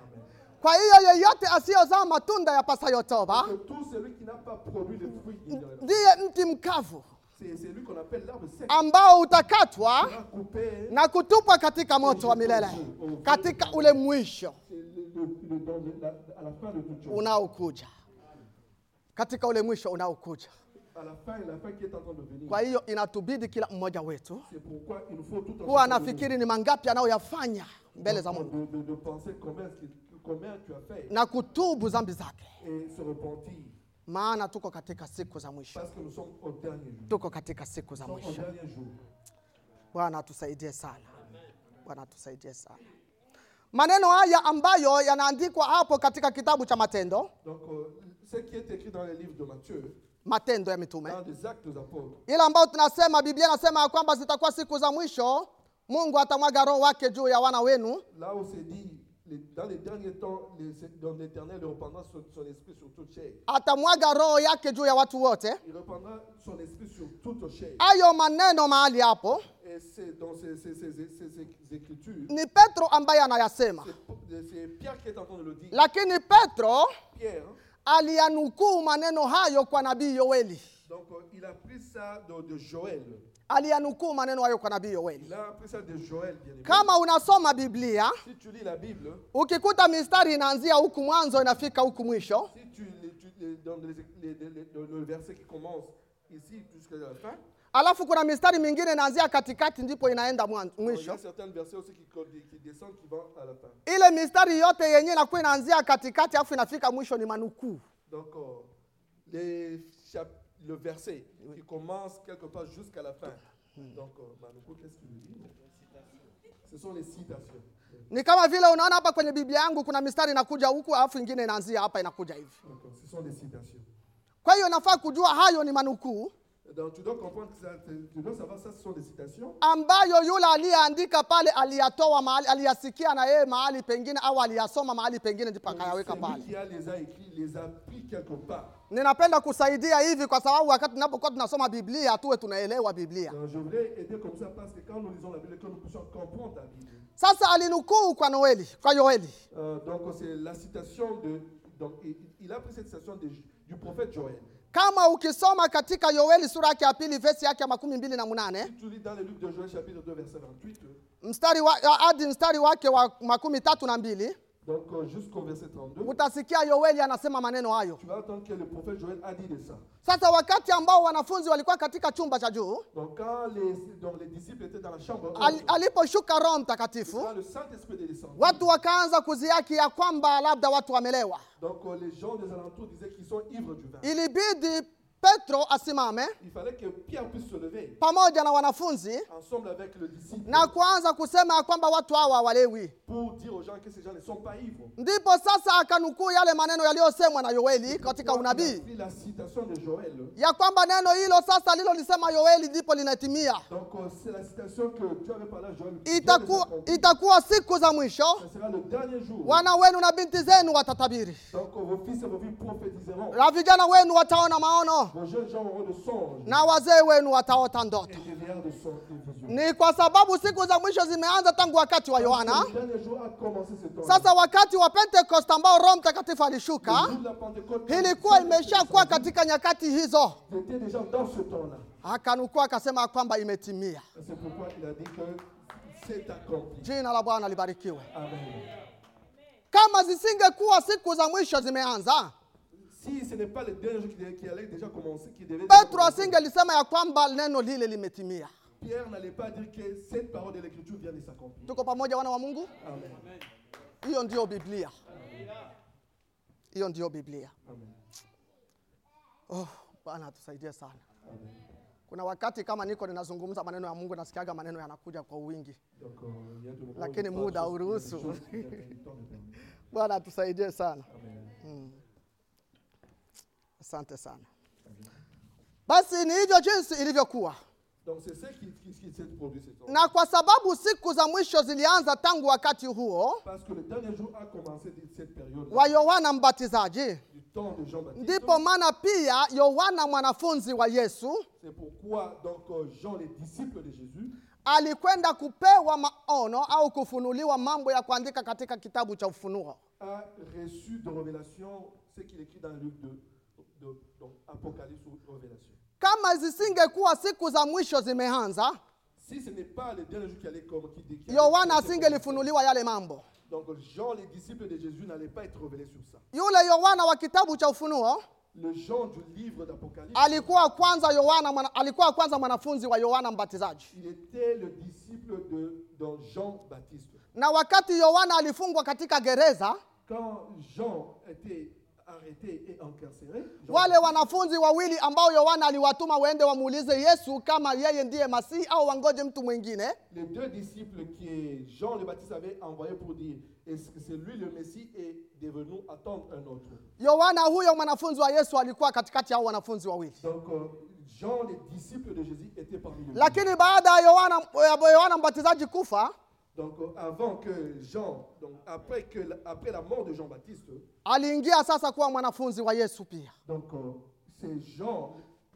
[SPEAKER 2] Kwa hiyo yeyote asiyozaa matunda yapasayo toba
[SPEAKER 1] Que tout celui qui n'a pas produit le fruit, il-
[SPEAKER 2] ndiye mti mkavu
[SPEAKER 1] c'est c'est lui qu'on appelle l'arbre sec.
[SPEAKER 2] ambao utakatwa
[SPEAKER 1] sera coupé
[SPEAKER 2] na kutupwa katika moto wa milele, katika ule mwisho
[SPEAKER 1] c'est le- le- le- dans le- la- à la fin de toute chose.
[SPEAKER 2] unaokuja, katika ule mwisho unaokuja.
[SPEAKER 1] À la fin, la fin qui est en train de venir.
[SPEAKER 2] Kwa hiyo inatubidi kila mmoja wetu
[SPEAKER 1] C'est pourquoi il nous faut tout en
[SPEAKER 2] huwa
[SPEAKER 1] train de venir.
[SPEAKER 2] anafikiri ni mangapi anayoyafanya mbele za Mungu
[SPEAKER 1] de, de, de penser combien, est-ce que- combien tu as fait
[SPEAKER 2] na kutubu dhambi zake,
[SPEAKER 1] et se repentir.
[SPEAKER 2] maana tuko katika siku za mwisho,
[SPEAKER 1] Parce que nous sommes au dernier jour.
[SPEAKER 2] tuko katika siku za
[SPEAKER 1] Nous sommes au
[SPEAKER 2] mwisho.
[SPEAKER 1] dernier jour.
[SPEAKER 2] Bwana atusaidie sana, Bwana atusaidie sana. Maneno haya ambayo yanaandikwa hapo katika kitabu cha Matendo,
[SPEAKER 1] Donc, euh, ce qui est écrit dans les livres de Matthieu,
[SPEAKER 2] Matendo ya Mitume,
[SPEAKER 1] dans les actes des apôtres,
[SPEAKER 2] ile ambayo tunasema Biblia inasema ya kwamba zitakuwa siku za mwisho, Mungu atamwaga roho wake juu ya wana wenu,
[SPEAKER 1] là où c'est dit, les- dans les derniers temps, les- c'est- dans l'éternel répandra son, son esprit sur toute chair.
[SPEAKER 2] atamwaga roho yake juu ya watu wote.
[SPEAKER 1] Il répandra son esprit sur toute chair.
[SPEAKER 2] Hayo maneno mahali hapo
[SPEAKER 1] Et c'est dans ces, ces- ces- ces- ces- ces écritures,
[SPEAKER 2] ni Petro ambaye anayasema,
[SPEAKER 1] c'est- c'est Pierre qui est en train de le dire.
[SPEAKER 2] lakini Petro
[SPEAKER 1] Pierre, hein.
[SPEAKER 2] aliyanukuu maneno hayo kwa nabii Yoeli,
[SPEAKER 1] donc euh, il a pris ça de, de Joël.
[SPEAKER 2] aliyanukuu maneno hayo kwa nabii
[SPEAKER 1] Il
[SPEAKER 2] Yoeli.
[SPEAKER 1] a pris ça de Joël, bien aimé.
[SPEAKER 2] Kama unasoma Biblia
[SPEAKER 1] Si tu lis la Bible, hein,
[SPEAKER 2] ukikuta mistari inaanzia huku mwanzo inafika huku mwisho,
[SPEAKER 1] si tu, lis- tu lis dans les- les- les- les- dans le verset qui commence ici jusqu'à la fin,
[SPEAKER 2] alafu kuna mistari mingine inaanzia katikati ndipo inaenda mwan-
[SPEAKER 1] il y
[SPEAKER 2] mwisho.
[SPEAKER 1] a certains versets aussi qui, qui descendent, qui vont à la fin.
[SPEAKER 2] Ile mistari yote yenyewe inakuwa inaanzia katikati alafu inafika mwisho ni manukuu.
[SPEAKER 1] Donc, euh, les chap- le verset qui commence quelque part jusqu'à la fin. Donc, euh, Manuko, qu'est-ce qu'il nous dit Ce sont les citations.
[SPEAKER 2] Ni kama vile unaona hapa kwenye Biblia yangu kuna mistari inakuja huku alafu ingine inaanzia hapa inakuja hivi.
[SPEAKER 1] Donc, euh, ce sont des citations.
[SPEAKER 2] Kwa hiyo nafaa kujua hayo ni manukuu,
[SPEAKER 1] Donc tu dois comprendre que ça, tu dois savoir ça, ce sont des citations.
[SPEAKER 2] ambayo yule aliyeandika pale aliyatoa mahali aliyasikia na yeye mahali pengine au aliyasoma mahali pengine ndipo akayaweka
[SPEAKER 1] C'est lui
[SPEAKER 2] pale
[SPEAKER 1] qui a les a écrits, les a pris quelque part.
[SPEAKER 2] ninapenda kusaidia hivi kwa sababu wakati tunapokuwa tunasoma biblia tuwe tunaelewa biblia
[SPEAKER 1] Donc, je voudrais aider comme ça parce que quand nous lisons la Bible, que nous puissions comprendre la Bible.
[SPEAKER 2] sasa alinukuu kwa noeli kwa yoeli
[SPEAKER 1] Euh, donc c'est la citation de. Donc il, il a pris cette citation de- du prophète Joël.
[SPEAKER 2] kama ukisoma katika yoeli sura yake ya pili vesi yake ya makumi mbili na munane
[SPEAKER 1] Si tu lis dans le livre de Joël, chapitre 2, verset 28, euh,
[SPEAKER 2] mstari wa, hadi mstari wake wa makumi tatu na mbili
[SPEAKER 1] donc euh, jusqu'au verset 32,
[SPEAKER 2] utasikia yoeli anasema maneno hayo
[SPEAKER 1] tu vas entendre que le prophète Joël a dit de ça.
[SPEAKER 2] sasa wakati ambao wanafunzi walikuwa katika chumba cha juu
[SPEAKER 1] Donc quand les, donc, les disciples étaient dans la chambre,
[SPEAKER 2] al,
[SPEAKER 1] haute,
[SPEAKER 2] aliposhuka roho
[SPEAKER 1] quand
[SPEAKER 2] mtakatifu
[SPEAKER 1] le Saint-Esprit est descendu,
[SPEAKER 2] watu wakaanza kuziaki ya kwamba labda watu wamelewa
[SPEAKER 1] donc euh, les gens des alentours disaient qu'ils sont ivres du vin.
[SPEAKER 2] ilibidi petro asimame
[SPEAKER 1] Il fallait que Pierre puisse se lever,
[SPEAKER 2] pamoja na wanafunzi
[SPEAKER 1] ensemble avec le disciple,
[SPEAKER 2] na kuanza kusema ya kwamba watu hawa hawalewi
[SPEAKER 1] pour dire aux gens que ces gens ne sont pas ivres.
[SPEAKER 2] ndipo sasa akanukuu yale maneno yaliyosemwa na yoeli katika
[SPEAKER 1] Donc, il
[SPEAKER 2] unabii
[SPEAKER 1] a pris la citation de Joël.
[SPEAKER 2] ya kwamba neno hilo sasa lilolisema Yoeli ndipo linatimia.
[SPEAKER 1] Donc euh, c'est la citation que tu avais parlé à Joël. Dieu les a
[SPEAKER 2] Itakuwa,
[SPEAKER 1] accomplis.
[SPEAKER 2] itakuwa siku za mwisho,
[SPEAKER 1] Ce sera le dernier jour.
[SPEAKER 2] wana wenu na binti zenu watatabiri,
[SPEAKER 1] Donc euh, vos fils et vos filles prophétiseront.
[SPEAKER 2] na vijana wenu wataona maono,
[SPEAKER 1] Vos jeunes gens auront de songes
[SPEAKER 2] na wazee wenu wataota ndoto.
[SPEAKER 1] et des vieillards de songes et de visions.
[SPEAKER 2] Ni kwa sababu siku za mwisho zimeanza tangu wakati wa Yohana.
[SPEAKER 1] Le dernier jour a commencé ce temps.
[SPEAKER 2] Sasa wakati wa Pentekoste ambao Roho Mtakatifu
[SPEAKER 1] Le
[SPEAKER 2] alishuka,
[SPEAKER 1] jour de la Pentecôte,
[SPEAKER 2] ilikuwa
[SPEAKER 1] le Saint-Esprit
[SPEAKER 2] imeshakuwa
[SPEAKER 1] descendu.
[SPEAKER 2] katika nyakati hizo.
[SPEAKER 1] Il était déjà dans ce temps-là.
[SPEAKER 2] Akanukua akasema kwamba imetimia.
[SPEAKER 1] C'est pourquoi il a dit que c'est accompli.
[SPEAKER 2] Jina la Bwana libarikiwe.
[SPEAKER 1] Amen.
[SPEAKER 2] Kama zisingekuwa siku za mwisho zimeanza,
[SPEAKER 1] Si ce n'est pas le dernier jour qui, dé- qui allait déjà commencer, qui devait déjà
[SPEAKER 2] Petro
[SPEAKER 1] commencer,
[SPEAKER 2] asingelisema ya kwamba neno lile limetimia.
[SPEAKER 1] Pierre n'allait pas dire que cette parole de l'Écriture vient de s'accomplir.
[SPEAKER 2] Tuko pamoja wana wa Mungu?
[SPEAKER 1] Amen.
[SPEAKER 2] Hiyo ndiyo Biblia, hiyo ndiyo Biblia.
[SPEAKER 1] Amen.
[SPEAKER 2] Oh, Bwana atusaidie sana. Kuna wakati kama niko ninazungumza maneno ya Mungu, nasikiaga maneno yanakuja kwa wingi,
[SPEAKER 1] Donc, euh, il y a des moments où
[SPEAKER 2] Lakini
[SPEAKER 1] il y a des
[SPEAKER 2] muda
[SPEAKER 1] choses- il y a des
[SPEAKER 2] hauruhusu.
[SPEAKER 1] choses qui viennent du temps de Dieu.
[SPEAKER 2] Bwana atusaidie sana. Mm.
[SPEAKER 1] Amen.
[SPEAKER 2] Asante sana. Basi ni hivyo jinsi ilivyokuwa,
[SPEAKER 1] Donc c'est ce qui, qui, qui s'est produit cet homme.
[SPEAKER 2] na kwa sababu siku za mwisho zilianza tangu wakati huo
[SPEAKER 1] Parce que le dernier jour a commencé de cette période
[SPEAKER 2] wa Yohana Mbatizaji,
[SPEAKER 1] du temps de Jean-Baptiste.
[SPEAKER 2] ndipo maana pia Yohana mwanafunzi wa Yesu
[SPEAKER 1] C'est pourquoi donc euh, Jean, les disciples de Jésus,
[SPEAKER 2] alikwenda kupewa maono au kufunuliwa mambo ya kuandika katika kitabu cha Ufunuo.
[SPEAKER 1] a reçu de révélation ce qu'il écrit dans le livre de, de- donc, Apocalypse ou Révélation.
[SPEAKER 2] Kama zisingekuwa siku za mwisho zimeanza,
[SPEAKER 1] Si ce n'est pas le dernier jour qui allait comme qui, qui allait-
[SPEAKER 2] Yohana
[SPEAKER 1] qui allait-
[SPEAKER 2] asingelifunuliwa yale mambo.
[SPEAKER 1] Donc Jean, les disciples de Jésus, n'allaient pas être révélés sur ça.
[SPEAKER 2] Yule Yohana wa kitabu cha Ufunuo
[SPEAKER 1] Le Jean du livre d'Apocalypse,
[SPEAKER 2] Ah. alikuwa kwanza Yohana mwana, alikuwa kwanza mwanafunzi wa Yohana Mbatizaji,
[SPEAKER 1] il était le disciple de donc, Jean Baptiste.
[SPEAKER 2] na wakati Yohana alifungwa katika gereza,
[SPEAKER 1] Quand Jean était arrêté et incarcéré, Jean-
[SPEAKER 2] wale wanafunzi wawili ambao Yohana aliwatuma waende wamuulize Yesu kama yeye ndiye Masihi au wangoje mtu mwingine,
[SPEAKER 1] les deux disciples que Jean le Baptiste avait envoyés pour dire est-ce que c'est lui le Messie et devons-nous attendre un autre
[SPEAKER 2] Yohana huyo mwanafunzi wa Yesu alikuwa katikati ya hao wanafunzi wawili.
[SPEAKER 1] Donc euh, Jean, les disciples de Jésus, étaient parmi eux.
[SPEAKER 2] Lakini baada ya Yohana, ya Yohana Mbatizaji kufa,
[SPEAKER 1] Donc euh, avant que Jean, donc après, que, la- après la mort de Jean-Baptiste,
[SPEAKER 2] aliingia sasa kuwa mwanafunzi wa Yesu pia,
[SPEAKER 1] donc euh, c'est Jean,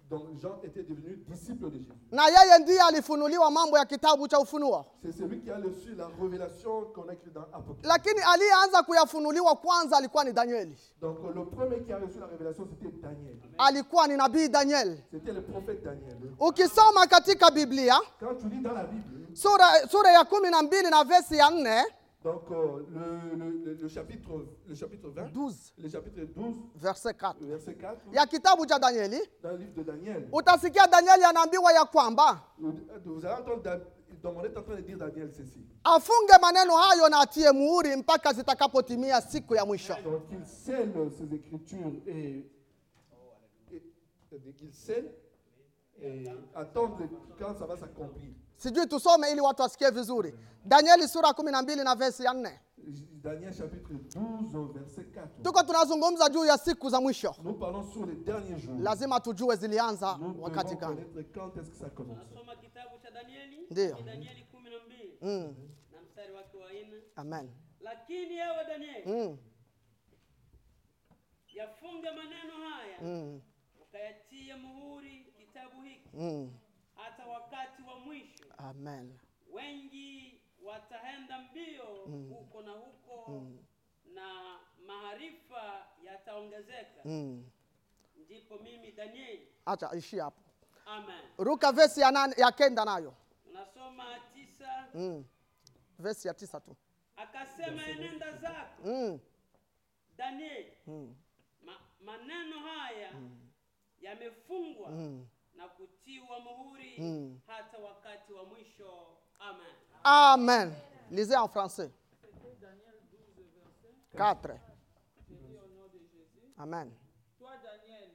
[SPEAKER 1] donc Jean était devenu disciple de Jésus.
[SPEAKER 2] na yeye ndiye alifunuliwa mambo ya kitabu cha Ufunuo.
[SPEAKER 1] C'est celui qui a reçu la révélation qu'on a écrit dans Apocalypse.
[SPEAKER 2] Lakini aliyeanza kuyafunuliwa kwanza alikuwa ni Danieli,
[SPEAKER 1] Donc euh, le premier qui a reçu la révélation, c'était Daniel.
[SPEAKER 2] alikuwa ni nabii Danieli.
[SPEAKER 1] C'était le prophète Daniel.
[SPEAKER 2] Ukisoma katika Biblia
[SPEAKER 1] Quand tu lis dans la Bible,
[SPEAKER 2] sura, sura ya kumi na mbili na vesi ya nne
[SPEAKER 1] donc euh, le, le- le- le chapitre, le chapitre 20,
[SPEAKER 2] 12
[SPEAKER 1] le chapitre 12,
[SPEAKER 2] verse 4
[SPEAKER 1] verset 4,
[SPEAKER 2] ya kitabu cha Danieli,
[SPEAKER 1] dans le livre de Daniel, euh,
[SPEAKER 2] utasikia Danieli anaambiwa ya kwamba
[SPEAKER 1] vous allez entendre, Dan- donc on est en train de dire Daniel ceci.
[SPEAKER 2] afunge maneno hayo na atie muhuri mpaka zitakapotimia siku ya mwisho.
[SPEAKER 1] Donc il scelle ses écritures et, et- et qu'il scelle et attendre quand ça va s'accomplir.
[SPEAKER 2] sijui tusome ili watu wasikie vizuri danieli sura kumi na mbili na vesi ya nne
[SPEAKER 1] Daniel chapitre 12, au verset 4.
[SPEAKER 2] tuko tunazungumza juu ya siku za mwisho
[SPEAKER 1] Nous parlons sur les derniers jours.
[SPEAKER 2] lazima tujue zilianza
[SPEAKER 1] Nous devons
[SPEAKER 2] wakati gani
[SPEAKER 1] connaître quand est-ce que ça commence.
[SPEAKER 3] tunasoma kitabu cha danieli
[SPEAKER 2] Ndiyo.
[SPEAKER 3] ni danieli kumi na mbili
[SPEAKER 2] mm.
[SPEAKER 3] na mstari wake wa nne
[SPEAKER 2] amen
[SPEAKER 3] lakini ewe danieli
[SPEAKER 2] mm.
[SPEAKER 3] yafunge maneno haya
[SPEAKER 2] Mm.
[SPEAKER 3] ukayatie muhuri kitabu hiki
[SPEAKER 2] Mm.
[SPEAKER 3] hata wakati wa mwisho
[SPEAKER 2] amen
[SPEAKER 3] wengi wataenda mbio huko na huko na maarifa yataongezeka
[SPEAKER 2] mm.
[SPEAKER 3] ndipo mimi danieli
[SPEAKER 2] acha ishie hapo
[SPEAKER 3] amen
[SPEAKER 2] ruka vesi ya, nane, ya kenda nayo
[SPEAKER 3] tunasoma tisa
[SPEAKER 2] mm. vesi ya tisa tu
[SPEAKER 3] akasema enenda zako
[SPEAKER 2] mm.
[SPEAKER 3] danieli
[SPEAKER 2] Mm.
[SPEAKER 3] ma, maneno haya yamefungwa
[SPEAKER 2] Mm.
[SPEAKER 3] na kutiwa muhuri
[SPEAKER 2] Mm.
[SPEAKER 3] hata wakati wa mwisho amen
[SPEAKER 2] amen lisez en français 4 amen
[SPEAKER 4] Toi, Daniel,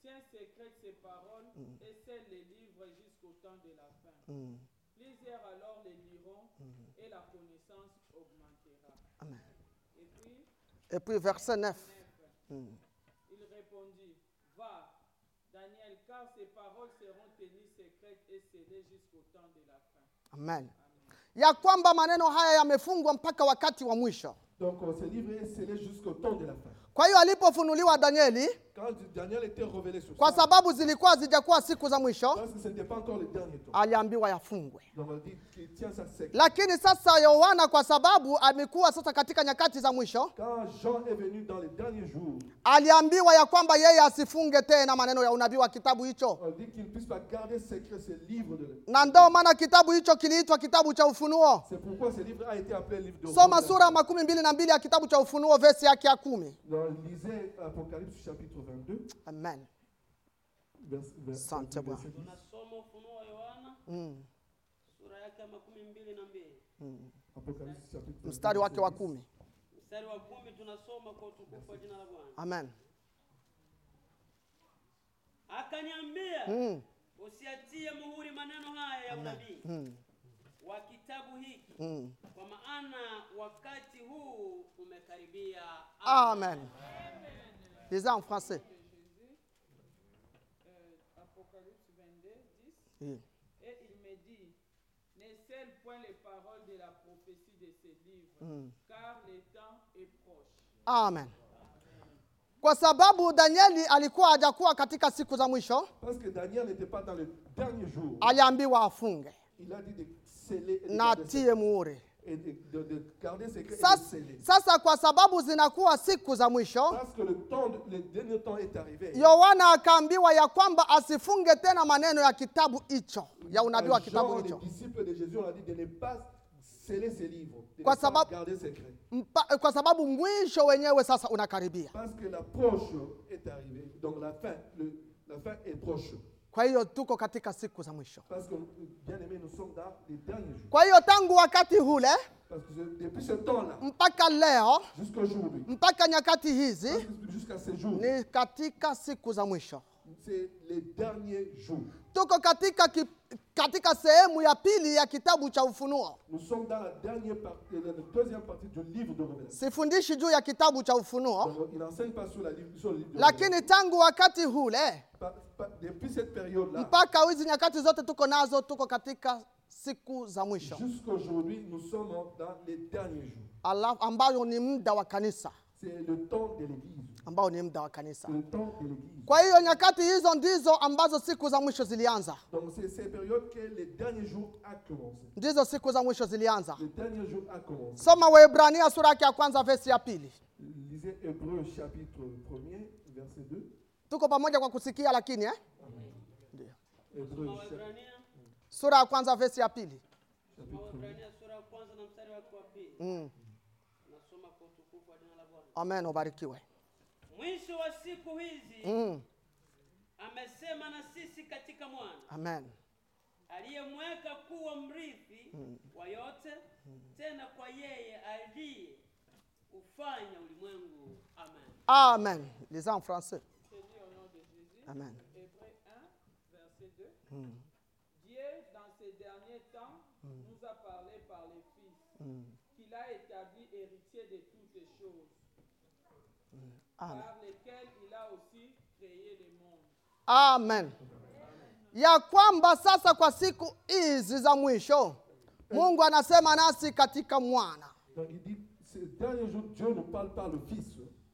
[SPEAKER 4] tiens secrète ces paroles et scelle les livres jusqu'au temps de la fin.
[SPEAKER 2] Mm.
[SPEAKER 4] Plusieurs alors les liront et la connaissance augmentera.
[SPEAKER 2] amen
[SPEAKER 4] Et puis,
[SPEAKER 2] et puis verset 9
[SPEAKER 4] neuf,
[SPEAKER 2] Mm.
[SPEAKER 4] il répondit Va, Daniel, car ces paroles seront tenues secrètes et scellées jusqu'au temps de la fin.
[SPEAKER 2] amen ya kwamba maneno haya yamefungwa mpaka wakati wa mwisho
[SPEAKER 1] Donc euh, ce livre est scellé jusqu'au temps de la fin.
[SPEAKER 2] kwa hiyo alipofunuliwa danieli
[SPEAKER 1] Quand Daniel était révélé sur
[SPEAKER 2] kwa
[SPEAKER 1] ça,
[SPEAKER 2] sababu zilikuwa hazijakuwa siku za mwisho
[SPEAKER 1] parce que ce n'était pas encore le dernier temps.
[SPEAKER 2] aliambiwa yafungwe
[SPEAKER 1] Donc on dit qu'il tient ça sec.
[SPEAKER 2] lakini sasa yohana kwa sababu amekuwa sasa katika nyakati za mwisho
[SPEAKER 1] Quand Jean est venu dans les derniers jours,
[SPEAKER 2] aliambiwa ya kwamba yeye asifunge tena maneno ya unabii wa kitabu hicho
[SPEAKER 1] on dit qu'il ne puisse pas garder secret ce livre de l'Évangile.
[SPEAKER 2] na ndio maana kitabu hicho kiliitwa kitabu cha ufunuo
[SPEAKER 1] C'est pourquoi ce livre a été appelé livre de
[SPEAKER 2] soma
[SPEAKER 1] Romains.
[SPEAKER 2] sura ya makumi mbili na mbili ya kitabu cha ufunuo vesi yake ya kumi
[SPEAKER 1] Donc, lisez Apocalypse chapitre 22,
[SPEAKER 2] amen
[SPEAKER 1] vers- vers-
[SPEAKER 2] Sante
[SPEAKER 1] verset
[SPEAKER 2] Bwana.
[SPEAKER 1] 10.
[SPEAKER 3] tunasoma ufunuo wa yohana
[SPEAKER 2] mm.
[SPEAKER 3] sura yake ya makumi mbili na mbili
[SPEAKER 1] Apocalypse chapitre 22,
[SPEAKER 2] mstari wake wa
[SPEAKER 1] verset 10.
[SPEAKER 2] kumi
[SPEAKER 3] mstari wa kumi tunasoma kwa utukufu wa jina la bwana
[SPEAKER 2] amen
[SPEAKER 3] akaniambia
[SPEAKER 2] mm.
[SPEAKER 3] usiatie muhuri maneno haya ya unabii
[SPEAKER 2] Mm.
[SPEAKER 3] wa kitabu hiki
[SPEAKER 2] Mm.
[SPEAKER 3] kwa maana wakati huu umekaribia
[SPEAKER 2] amen lisez en français
[SPEAKER 4] Euh, Apocalypse 22, 10.
[SPEAKER 2] Oui.
[SPEAKER 4] Et il me dit, ne scelle point les paroles de la prophétie de ces livres, car le temps est proche.
[SPEAKER 2] amen kwa sababu danieli alikuwa hajakuwa katika siku za mwisho
[SPEAKER 1] Parce que Daniel n'était pas dans le dernier jour.
[SPEAKER 2] aliambiwa afunge
[SPEAKER 1] Il a dit de sceller et de,
[SPEAKER 2] na
[SPEAKER 1] garder, secret-
[SPEAKER 2] atie muhuri
[SPEAKER 1] et de, de- de garder secret et de
[SPEAKER 2] sasa,
[SPEAKER 1] sceller.
[SPEAKER 2] sasa kwa sababu zinakuwa siku za mwisho
[SPEAKER 1] Parce que le, temps de- le dernier temps est arrivé.
[SPEAKER 2] yohana akaambiwa ya kwamba asifunge tena maneno ya kitabu hicho ya unabii wa
[SPEAKER 1] Jean,
[SPEAKER 2] kitabu
[SPEAKER 1] les
[SPEAKER 2] hicho
[SPEAKER 1] disciples de Jésus, on a dit de ne pas sceller ses livres, de ne
[SPEAKER 2] Kwa
[SPEAKER 1] pas
[SPEAKER 2] sababu-
[SPEAKER 1] garder secret.
[SPEAKER 2] Mpa, kwa sababu mwisho wenyewe sasa unakaribia
[SPEAKER 1] Parce que l'approche est arrivée. Donc la fin, le- la fin est proche.
[SPEAKER 2] kwa hiyo tuko katika siku za mwisho
[SPEAKER 1] Parce que, bien aimé, nous sommes dans les derniers jours.
[SPEAKER 2] kwa hiyo tangu wakati hule
[SPEAKER 1] Parce que ce- depuis ce temps-là,
[SPEAKER 2] mpaka leo
[SPEAKER 1] jusqu'aujourd'hui,
[SPEAKER 2] mpaka nyakati hizi
[SPEAKER 1] jusqu'à ces jours,
[SPEAKER 2] ni katika siku za mwisho
[SPEAKER 1] c'est les derniers jours.
[SPEAKER 2] tuko katika, ki, katika sehemu ya pili ya kitabu cha ufunuo
[SPEAKER 1] Nous sommes dans la dernière partie, euh, la deuxième partie du livre de Révélation.
[SPEAKER 2] sifundishi juu ya kitabu cha ufunuo
[SPEAKER 1] Donc, Il n'enseigne pas sur, la livre- sur le livre de
[SPEAKER 2] lakini tangu wakati hule
[SPEAKER 1] Pa- pa- depuis cette période-là,
[SPEAKER 2] mpaka hizi nyakati zote tuko nazo tuko katika siku za mwisho
[SPEAKER 1] jusqu'aujourd'hui, nous sommes dans les derniers jours.
[SPEAKER 2] Ala, ambayo ni muda wa kanisa
[SPEAKER 1] C'est le temps de l'Église.
[SPEAKER 2] ambao ni muda wa kanisa
[SPEAKER 1] C'est le temps de l'Église.
[SPEAKER 2] kwa hiyo nyakati hizo ndizo ambazo siku za mwisho zilianza
[SPEAKER 1] Donc c'est ces périodes que les derniers jours a commencé.
[SPEAKER 2] ndizo siku za mwisho zilianza
[SPEAKER 1] Les derniers jours a commencé.
[SPEAKER 2] soma waebrania sura yake ya kwanza vesi ya pili
[SPEAKER 1] Lisez Hébreu chapitre 1er, verset 2.
[SPEAKER 2] tuko pamoja kwa kusikia lakini eh?
[SPEAKER 1] Hébreu cha-
[SPEAKER 3] Waebrania
[SPEAKER 2] sura ya kwanza vesi ya pili
[SPEAKER 1] chapitre 1er.
[SPEAKER 3] Waebrania sura ya kwanza na mstari wake wa pili
[SPEAKER 2] mm.
[SPEAKER 3] tunasoma kwa utukufu wa jina la bwana
[SPEAKER 2] amen ubarikiwe
[SPEAKER 3] mwisho wa siku hizi
[SPEAKER 2] mm.
[SPEAKER 3] amesema na sisi katika mwana
[SPEAKER 2] amen
[SPEAKER 3] aliyemweka kuwa mrithi
[SPEAKER 2] Mm.
[SPEAKER 3] wa yote tena kwa yeye aliye ufanya ulimwengu amen
[SPEAKER 2] amen les en français
[SPEAKER 4] Je dis au nom de Jésus.
[SPEAKER 2] amen Hmm.
[SPEAKER 4] Hébreux 1, verset 2. Dieu, dans ces derniers
[SPEAKER 2] Hmm.
[SPEAKER 4] qu'il a établi héritier de toutes les choses,
[SPEAKER 2] Amen.
[SPEAKER 4] par lesquelles il a aussi créé le monde.
[SPEAKER 2] amen ya kwamba sasa kwa siku hizi za mwisho mungu anasema nasi katika mwana
[SPEAKER 1] Donc il dit, ces derniers jours, Dieu nous parle par le Fils.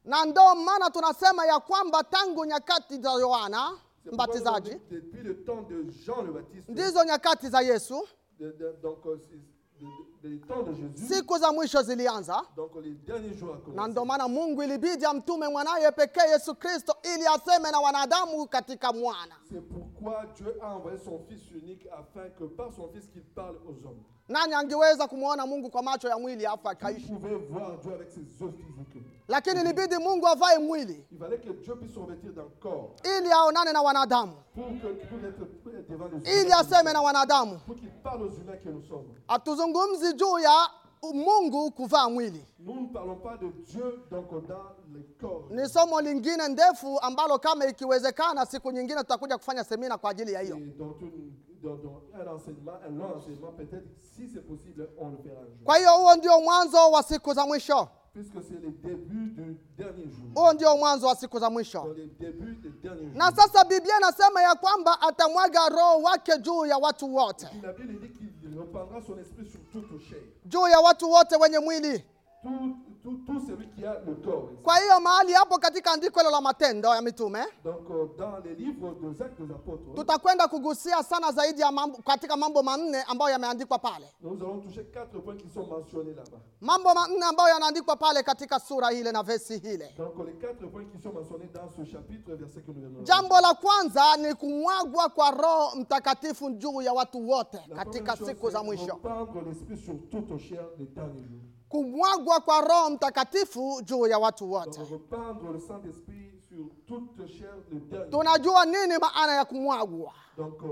[SPEAKER 2] na ndo maana tunasema ya kwamba tangu nyakati za yohana
[SPEAKER 1] C'est pourquoi nous avons dit,
[SPEAKER 2] mbatizaji
[SPEAKER 1] Depuis le temps de Jean le Baptiste,
[SPEAKER 2] ndizo nyakati za yesu
[SPEAKER 1] de- de- donc euh, c'est- de- de- des temps de Jésus,
[SPEAKER 2] siku za mwisho zilianza
[SPEAKER 1] donc les derniers jours à
[SPEAKER 2] na
[SPEAKER 1] commencer.
[SPEAKER 2] ndo maana mungu ilibidi amtume mwanaye pekee yesu kristo ili aseme na wanadamu katika mwana
[SPEAKER 1] C'est pourquoi Dieu a envoyé son Fils unique afin que par son Fils qu'il parle aux hommes.
[SPEAKER 2] nani angeweza kumwona mungu kwa macho ya mwili afu
[SPEAKER 1] Qui
[SPEAKER 2] akaishi
[SPEAKER 1] pouvait voir Dieu avec ses yeux physiques.
[SPEAKER 2] lakini ilibidi mungu avae mwili
[SPEAKER 1] Il fallait que Dieu puisse se revêtir d'un corps
[SPEAKER 2] ili aonane na wanadamu
[SPEAKER 1] pour que pour être prêt devant les
[SPEAKER 2] ili
[SPEAKER 1] humains.
[SPEAKER 2] aseme na wanadamu
[SPEAKER 1] Pour qu'il parle aux humains que nous sommes.
[SPEAKER 2] hatuzungumzi juu ya mungu kuvaa mwili
[SPEAKER 1] Nous ne parlons pas de Dieu donc dans le corps.
[SPEAKER 2] ni somo lingine ndefu ambalo kama ikiwezekana siku nyingine tutakuja kufanya semina kwa ajili ya hiyo
[SPEAKER 1] Et dans, une- dans- dans un enseignement, un long enseignement, peut-être, si c'est possible, on le fera un jour.
[SPEAKER 2] kwa hiyo huo ndio mwanzo wa siku za mwisho
[SPEAKER 1] Puisque c'est le début du dernier jour.
[SPEAKER 2] huo ndio mwanzo wa siku za
[SPEAKER 1] Dans
[SPEAKER 2] mwisho
[SPEAKER 1] le début des derniers
[SPEAKER 2] na
[SPEAKER 1] jours.
[SPEAKER 2] sasa biblia inasema ya kwamba atamwaga roho wake juu ya watu wote
[SPEAKER 1] Puis la Bible dit qu'il reprendra son esprit sur toute chair.
[SPEAKER 2] juu ya watu wote wenye mwili
[SPEAKER 1] Tout, tout, tout celui qui a le corps. ici.
[SPEAKER 2] kwa hiyo mahali hapo katika andiko hilo la matendo ya mitume
[SPEAKER 1] Donc, euh, dans les livres des actes des apôtres,
[SPEAKER 2] tutakwenda kugusia sana zaidi ya mambo, katika mambo manne ambayo yameandikwa pale
[SPEAKER 1] nous allons toucher quatre points qui sont mentionnés là-bas.
[SPEAKER 2] mambo manne ambayo yanaandikwa pale katika sura ile na vesi ile
[SPEAKER 1] Donc, les quatre points qui sont mentionnés dans ce chapitre, verset que nous venons de lire.
[SPEAKER 2] jambo la kwanza ni kumwagwa kwa roho mtakatifu juu ya watu wote
[SPEAKER 1] La
[SPEAKER 2] katika
[SPEAKER 1] première chose,
[SPEAKER 2] siku za
[SPEAKER 1] c'est
[SPEAKER 2] mwisho
[SPEAKER 1] reprendre l'esprit sur toute chair des derniers jours.
[SPEAKER 2] kumwagwa kwa roho mtakatifu juu ya watu
[SPEAKER 1] Donc,
[SPEAKER 2] wote
[SPEAKER 1] reprendre le Saint-Esprit sur toute chair des derniers jours.
[SPEAKER 2] tunajua nini maana ya kumwagwa
[SPEAKER 1] Donc, euh,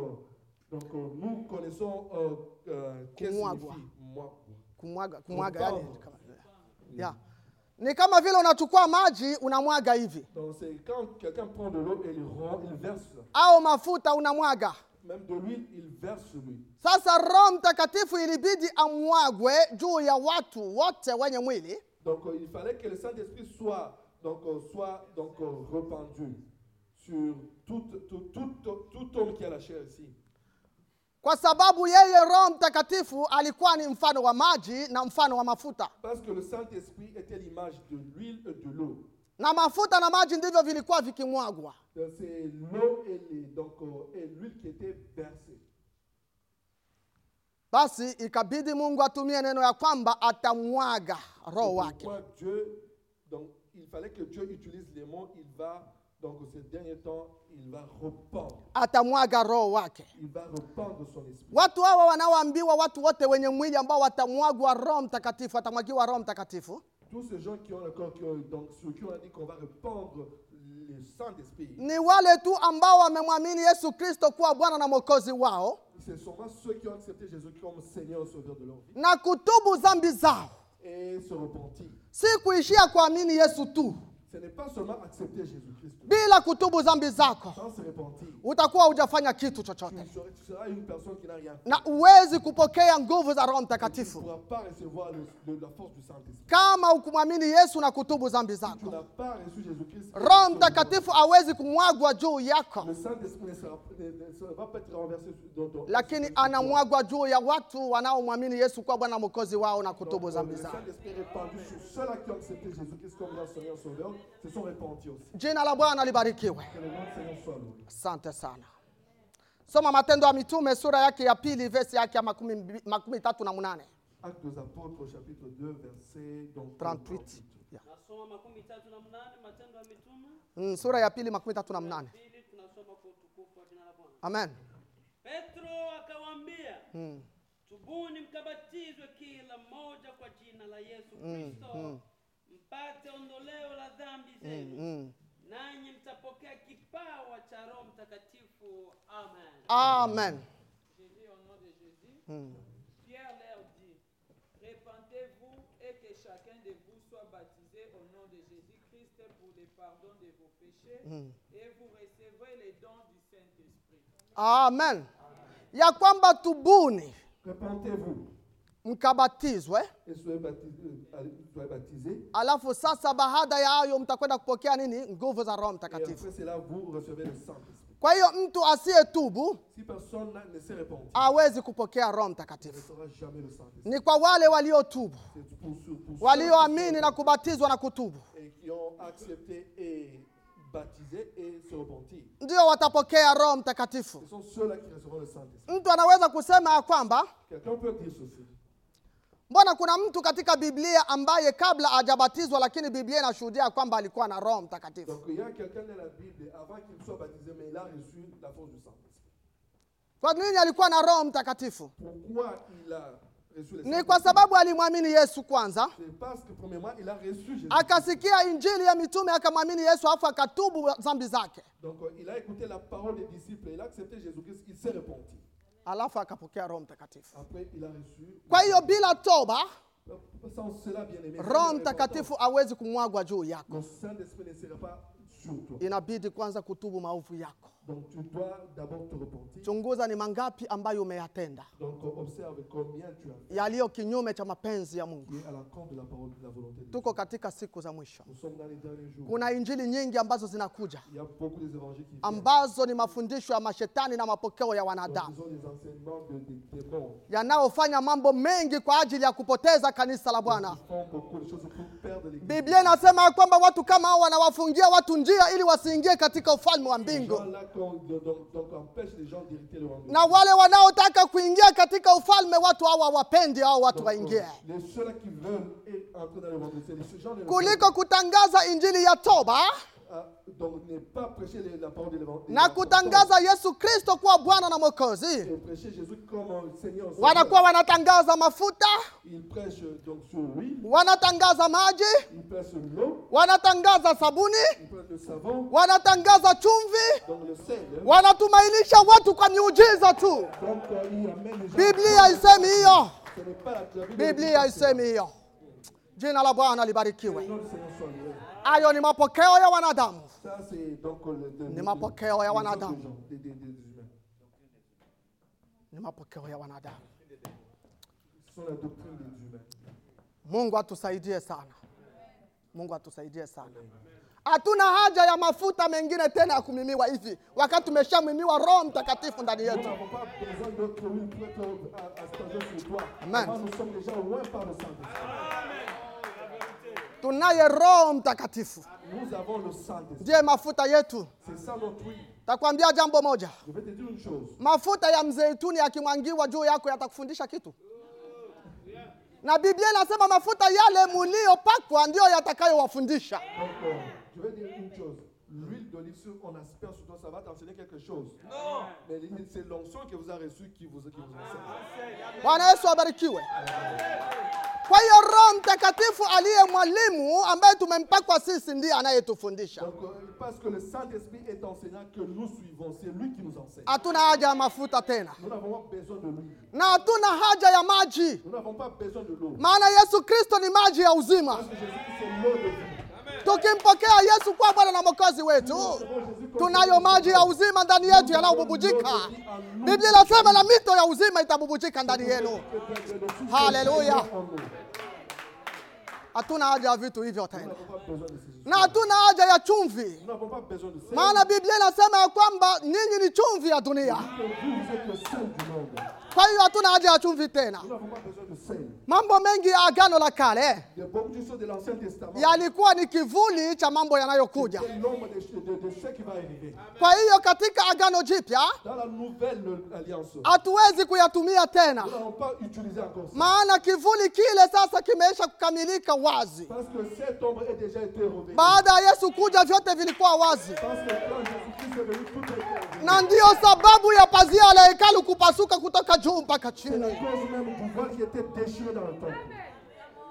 [SPEAKER 1] donc euh, nous connaissons euh, euh, qu'est-ce que
[SPEAKER 2] Kumwagwa.
[SPEAKER 1] signifie moi.
[SPEAKER 2] kumwaga kumwaga
[SPEAKER 1] Kumwaga.
[SPEAKER 2] yani, kama- yeah. ni kama vile unachukua maji unamwaga hivi
[SPEAKER 1] Donc, c'est quand quelqu'un prend de l'eau et il rend, il verse.
[SPEAKER 2] au mafuta unamwaga
[SPEAKER 1] Même de l'huile, il verse lui.
[SPEAKER 2] sasa roho mtakatifu ilibidi amwagwe juu ya watu wote wenye mwili
[SPEAKER 1] Donc, euh, il fallait que le Saint-Esprit soit, donc, euh, soit donc, euh, répandu sur tout, tout, tout, tout homme qui a la chair ici.
[SPEAKER 2] kwa sababu yeye roho mtakatifu alikuwa ni mfano wa maji na mfano wa mafuta
[SPEAKER 1] Parce que le Saint-Esprit était l'image de l'huile et de l'eau.
[SPEAKER 2] na mafuta na maji ndivyo vilikuwa vikimwagwa
[SPEAKER 1] Donc, C'est l'eau et les- donc, euh, et l'huile qui étaient versées.
[SPEAKER 2] basi ikabidi mungu atumie neno ya kwamba atamwaga roho
[SPEAKER 1] C'est
[SPEAKER 2] wake
[SPEAKER 1] pourquoi Dieu, donc, il fallait que Dieu utilise les mots, il va, donc ces derniers temps, il va rependre.
[SPEAKER 2] atamwaga roho wake
[SPEAKER 1] Il va rependre son esprit.
[SPEAKER 2] watu hawa wanaoambiwa watu wote wenye mwili ambao watamwagwa roho mtakatifu watamwagiwa roho mtakatifu
[SPEAKER 1] Tous ces gens qui ont le corps, qui ont- donc ceux qui ont dit qu'on va rependre le Saint-Esprit,
[SPEAKER 2] ni wale tu ambao wamemwamini yesu kristo kuwa bwana na mwokozi wao
[SPEAKER 1] ce sont vraiment ceux qui ont accepté Jésus comme Seigneur et Sauveur de leur vie
[SPEAKER 2] na kutubu dhambi zao
[SPEAKER 1] et se repentir.
[SPEAKER 2] si kuishia kuamini yesu tu
[SPEAKER 1] Ce n'est pas seulement accepter Jésus-Christ,
[SPEAKER 2] bila kutubu dhambi zako
[SPEAKER 1] sans se repentir.
[SPEAKER 2] utakuwa hujafanya kitu
[SPEAKER 1] Tu
[SPEAKER 2] chochote
[SPEAKER 1] seras, tu seras une personne qui n'a rien fait.
[SPEAKER 2] na huwezi kupokea nguvu za roho
[SPEAKER 1] Tu ne
[SPEAKER 2] mtakatifu
[SPEAKER 1] pourras pas recevoir le- le- la force du Saint-Esprit.
[SPEAKER 2] kama ukumwamini yesu na kutubu dhambi
[SPEAKER 1] Tu
[SPEAKER 2] zako
[SPEAKER 1] n'as pas reçu Jésus-Christ.
[SPEAKER 2] roho mtakatifu hawezi kumwagwa juu yako
[SPEAKER 1] Le Saint-Esprit ne sera, ne- ne sera- va pas être renversé sur- dans ton.
[SPEAKER 2] lakini
[SPEAKER 1] sur-
[SPEAKER 2] anamwagwa juu ya watu wanaomwamini yesu kuwa bwana mwokozi wao na
[SPEAKER 1] Donc,
[SPEAKER 2] kutubu
[SPEAKER 1] euh,
[SPEAKER 2] dhambi
[SPEAKER 1] Le
[SPEAKER 2] zao
[SPEAKER 1] Saint-Esprit est répandu sur ceux-là qui ont accepté Jésus-Christ comme leur Seigneur Sauveur, se sont répandus aussi.
[SPEAKER 2] jina la bwana libarikiwe
[SPEAKER 1] Que le nom du Seigneur soit loué.
[SPEAKER 2] asante sana soma matendo ya mitume sura yake ya pili vesi yake ya makumi mbi- makumi tatu na munane
[SPEAKER 1] Actes des Apôtres, chapitre 2, verset donc,
[SPEAKER 2] 38 yeah.
[SPEAKER 3] nasoma makumi tatu na mnane matendo ya mitume
[SPEAKER 2] mm, sura ya pili makumi tatu na mnane
[SPEAKER 3] pili tunasoma kwa utukufu wa jina la bwana
[SPEAKER 2] amen
[SPEAKER 3] petro akawaambia
[SPEAKER 2] mm.
[SPEAKER 3] tubuni mkabatizwe kila mmoja kwa jina la yesu
[SPEAKER 2] Mm,
[SPEAKER 3] kristo mpate ondoleo la dhambi zenu
[SPEAKER 2] Mm.
[SPEAKER 3] nanyi mtapokea kipawa cha roho mtakatifu amen
[SPEAKER 2] amen
[SPEAKER 4] Je lis au nom de Jésus.
[SPEAKER 2] mm.
[SPEAKER 4] Pierre leur dit, Répentez-vous et que chacun de vous soit baptisé au nom de Jésus-Christ pour le pardon de vos péchés,
[SPEAKER 2] Hmm.
[SPEAKER 4] et vous recevrez les dons du Saint-Esprit.
[SPEAKER 2] amen ya kwamba tubuni
[SPEAKER 1] Répentez-vous
[SPEAKER 2] mkabatizwe
[SPEAKER 1] et soyez baptisés, soyez baptisés.
[SPEAKER 2] alafu sasa baada ya hayo mtakwenda kupokea nini nguvu za roho
[SPEAKER 1] Et
[SPEAKER 2] mtakatifu
[SPEAKER 1] après cela, vous recevez le Saint-Esprit.
[SPEAKER 2] kwa hiyo mtu asiyetubu
[SPEAKER 1] Si personne ne s'est répandu,
[SPEAKER 2] hawezi kupokea roho
[SPEAKER 1] il ne
[SPEAKER 2] mtakatifu
[SPEAKER 1] sera jamais le Saint-Esprit.
[SPEAKER 2] ni kwa wale waliotubu
[SPEAKER 1] C'est pour ceux, pour ceux
[SPEAKER 2] walioamini na kubatizwa na kutubu
[SPEAKER 1] et qui ont accepté et baptisé et se repenti.
[SPEAKER 2] ndio watapokea roho
[SPEAKER 1] Ce
[SPEAKER 2] mtakatifu
[SPEAKER 1] sont ceux-là qui recevront le Saint-Esprit.
[SPEAKER 2] mtu anaweza kusema ya kwamba
[SPEAKER 1] Quelqu'un peut dire ceci.
[SPEAKER 2] mbona kuna mtu katika biblia ambaye kabla hajabatizwa lakini biblia inashuhudia kwamba alikuwa na roho mtakatifu
[SPEAKER 1] Donc il y a quelqu'un dans la Bible, avant qu'il soit baptisé, mais il a reçu la force du Saint-Esprit.
[SPEAKER 2] kwa nini alikuwa na roho mtakatifu
[SPEAKER 1] Pourquoi il a reçu le
[SPEAKER 2] ni kwa
[SPEAKER 1] Saint-Esprit
[SPEAKER 2] sababu alimwamini yesu kwanza
[SPEAKER 1] C'est parce que premièrement, il a reçu Jésus.
[SPEAKER 2] Ah, akasikia injili ya mitume akamwamini yesu alafu akatubu dhambi zake
[SPEAKER 1] Donc euh, il a écouté la parole des disciples, il a accepté Jésus-Christ, il s'est repenti.
[SPEAKER 2] alafu akapokea roho mtakatifu
[SPEAKER 1] Après, il a reçu.
[SPEAKER 2] kwa hiyo bila toba
[SPEAKER 1] Donc, Sans cela, bien aimé,
[SPEAKER 2] roho mtakatifu hawezi kumwagwa juu yako
[SPEAKER 1] le Saint-Esprit ne sera pas sur toi.
[SPEAKER 2] inabidi kwanza kutubu maovu yako
[SPEAKER 1] Donc tu dois d'abord te repentir.
[SPEAKER 2] chunguza ni mangapi ambayo umeyatenda
[SPEAKER 1] Donc euh, observe combien tu as
[SPEAKER 2] yaliyo kinyume cha mapenzi ya mungu
[SPEAKER 1] qui est à l'encontre de la parole de la volonté de Dieu.
[SPEAKER 2] tuko katika siku za mwisho
[SPEAKER 1] Nous sommes dans les derniers jours.
[SPEAKER 2] kuna injili nyingi ambazo zinakuja
[SPEAKER 1] Il y a beaucoup des évangiles qui viennent.
[SPEAKER 2] ambazo ni mafundisho ya mashetani na mapokeo ya
[SPEAKER 1] Donc,
[SPEAKER 2] wanadamu
[SPEAKER 1] ils ont des enseignements de, des démons.
[SPEAKER 2] yanayofanya mambo mengi kwa ajili ya kupoteza kanisa la bwana
[SPEAKER 1] Ils font beaucoup de choses pour perdre l'église.
[SPEAKER 2] biblia inasema ya kwamba watu kama hao wanawafungia watu njia ili wasiingie katika ufalme wa
[SPEAKER 1] Ces
[SPEAKER 2] mbingu
[SPEAKER 1] gens-là, qu'on- donc, donc, empêche les gens d'hériter le rendez-vous.
[SPEAKER 2] na wale wanaotaka kuingia katika ufalme watu hao hawapendi hao watu
[SPEAKER 1] Donc, euh,
[SPEAKER 2] waingie
[SPEAKER 1] les ceux-là qui veulent et- entrer dans le rendez-vous, c'est les gens de Ah,
[SPEAKER 2] kuliko kutangaza injili ya toba
[SPEAKER 1] Donc, ne pas prêcher les- la parole de l'évangile.
[SPEAKER 2] na kutangaza yesu kristo kuwa bwana na mwokozi
[SPEAKER 1] Et prêcher Jésus comme un Seigneur.
[SPEAKER 2] wanakuwa wanatangaza mafuta
[SPEAKER 1] Il prêche donc sur l'huile,
[SPEAKER 2] wanatangaza maji
[SPEAKER 1] il prêche sur l'eau,
[SPEAKER 2] wanatangaza sabuni
[SPEAKER 1] il prêche le savon,
[SPEAKER 2] wanatangaza chumvi
[SPEAKER 1] donc le sel.
[SPEAKER 2] wanatumainisha watu kwa miujiza tu
[SPEAKER 1] Donc, euh, il amène les gens.
[SPEAKER 2] biblia haisemi hiyo
[SPEAKER 1] Ce n'est pas la la Bible.
[SPEAKER 2] biblia haisemi hiyo jina la bwana libarikiwe
[SPEAKER 1] Non, le Seigneur soit loué.
[SPEAKER 2] hayo ni mapokeo ya wanadamu
[SPEAKER 1] Ça, c'est donc euh, le. le-
[SPEAKER 2] ni
[SPEAKER 1] le-
[SPEAKER 2] mapokeo ya
[SPEAKER 1] les autres
[SPEAKER 2] wanadamu
[SPEAKER 1] gens, des- des- des humains.
[SPEAKER 2] ni mapokeo ya wanadamu
[SPEAKER 1] Ce sont la doctrine des humains.
[SPEAKER 2] mungu atusaidie sana mungu atusaidie sana hatuna haja ya mafuta mengine tena ya kumimiwa hivi wakati tumeshamimiwa roho mtakatifu ndani
[SPEAKER 1] Nous
[SPEAKER 2] yetu
[SPEAKER 1] n'avons pas besoin d'autre huile pour être à- à stager sur toi.
[SPEAKER 2] Amen.
[SPEAKER 1] Car Nous sommes déjà loin par le Saint-Esprit.
[SPEAKER 2] tunaye roho mtakatifu
[SPEAKER 1] Nous avons le Saint-Esprit.
[SPEAKER 2] ndiye mafuta yetu
[SPEAKER 1] C'est ça notre huile.
[SPEAKER 2] takwambia jambo moja
[SPEAKER 1] Je vais te dire une chose.
[SPEAKER 2] mafuta ya mzeituni yakimwangiwa juu yako yatakufundisha kitu na biblia inasema mafuta yale muliyopakwa ndiyo yatakayowafundisha
[SPEAKER 1] Donc, euh, je vais dire une chose. L'huile d'olive, si on asperge sur toi, ça va t'enseigner quelque chose. Non. Mais l'huile, c'est l'onction que vous a reçue qui vous, qui vous enseigne.
[SPEAKER 2] bwana yesu abarikiwe kwa hiyo roho mtakatifu aliye mwalimu ambaye tumempakwa sisi ndiye anayetufundisha
[SPEAKER 1] Donc, euh, parce que le Saint-Esprit est enseignant que nous suivons, c'est lui qui nous enseigne.
[SPEAKER 2] hatuna haja ya mafuta tena
[SPEAKER 1] Nous n'avons pas besoin de l'huile.
[SPEAKER 2] na hatuna haja ya maji
[SPEAKER 1] Nous n'avons pas besoin de l'eau.
[SPEAKER 2] maana yesu kristo ni maji ya uzima
[SPEAKER 1] Parce que Jésus, c'est l'eau de vie.
[SPEAKER 2] tukimpokea yesu kuwa bwana na mwokozi wetu tunayo maji ya uzima ndani yetu yanayobubujika biblia inasema na mito ya uzima itabubujika ndani yenu Hallelujah. hatuna haja ya vitu hivyo
[SPEAKER 1] Nous
[SPEAKER 2] tena
[SPEAKER 1] n'avons pas besoin de ces
[SPEAKER 2] na hatuna haja ya chumvi
[SPEAKER 1] Nous n'avons pas besoin de ces
[SPEAKER 2] maana biblia inasema ya kwamba ninyi ni chumvi ya dunia
[SPEAKER 1] Vous, vous êtes le sel du monde.
[SPEAKER 2] kwa hiyo hatuna haja ya chumvi tena
[SPEAKER 1] Nous n'avons pas besoin de sel.
[SPEAKER 2] mambo mengi ya agano la kale
[SPEAKER 1] Il y a beaucoup de choses de l'Ancien Testament.
[SPEAKER 2] yalikuwa ni kivuli cha mambo yanayokuja
[SPEAKER 1] C'est l'ombre de, de, de ce qui va arriver.
[SPEAKER 2] kwa hiyo katika agano jipya
[SPEAKER 1] Dans la nouvelle alliance, nous
[SPEAKER 2] hatuwezi kuyatumia tena
[SPEAKER 1] n'avons pas utilisé encore ça.
[SPEAKER 2] maana kivuli kile sasa kimeisha kukamilika wazi
[SPEAKER 1] Parce que cette ombre a déjà été révélée.
[SPEAKER 2] baada ya yesu kuja vyote vilikuwa wazi
[SPEAKER 1] Parce que quand Jésus-Christ est venu, tout a été révélé.
[SPEAKER 2] na ndiyo sababu ya pazia la hekalu kupasuka kutoka juu mpaka
[SPEAKER 1] C'est la
[SPEAKER 2] chini
[SPEAKER 1] cause même du voile qui était déchiré dans le temple.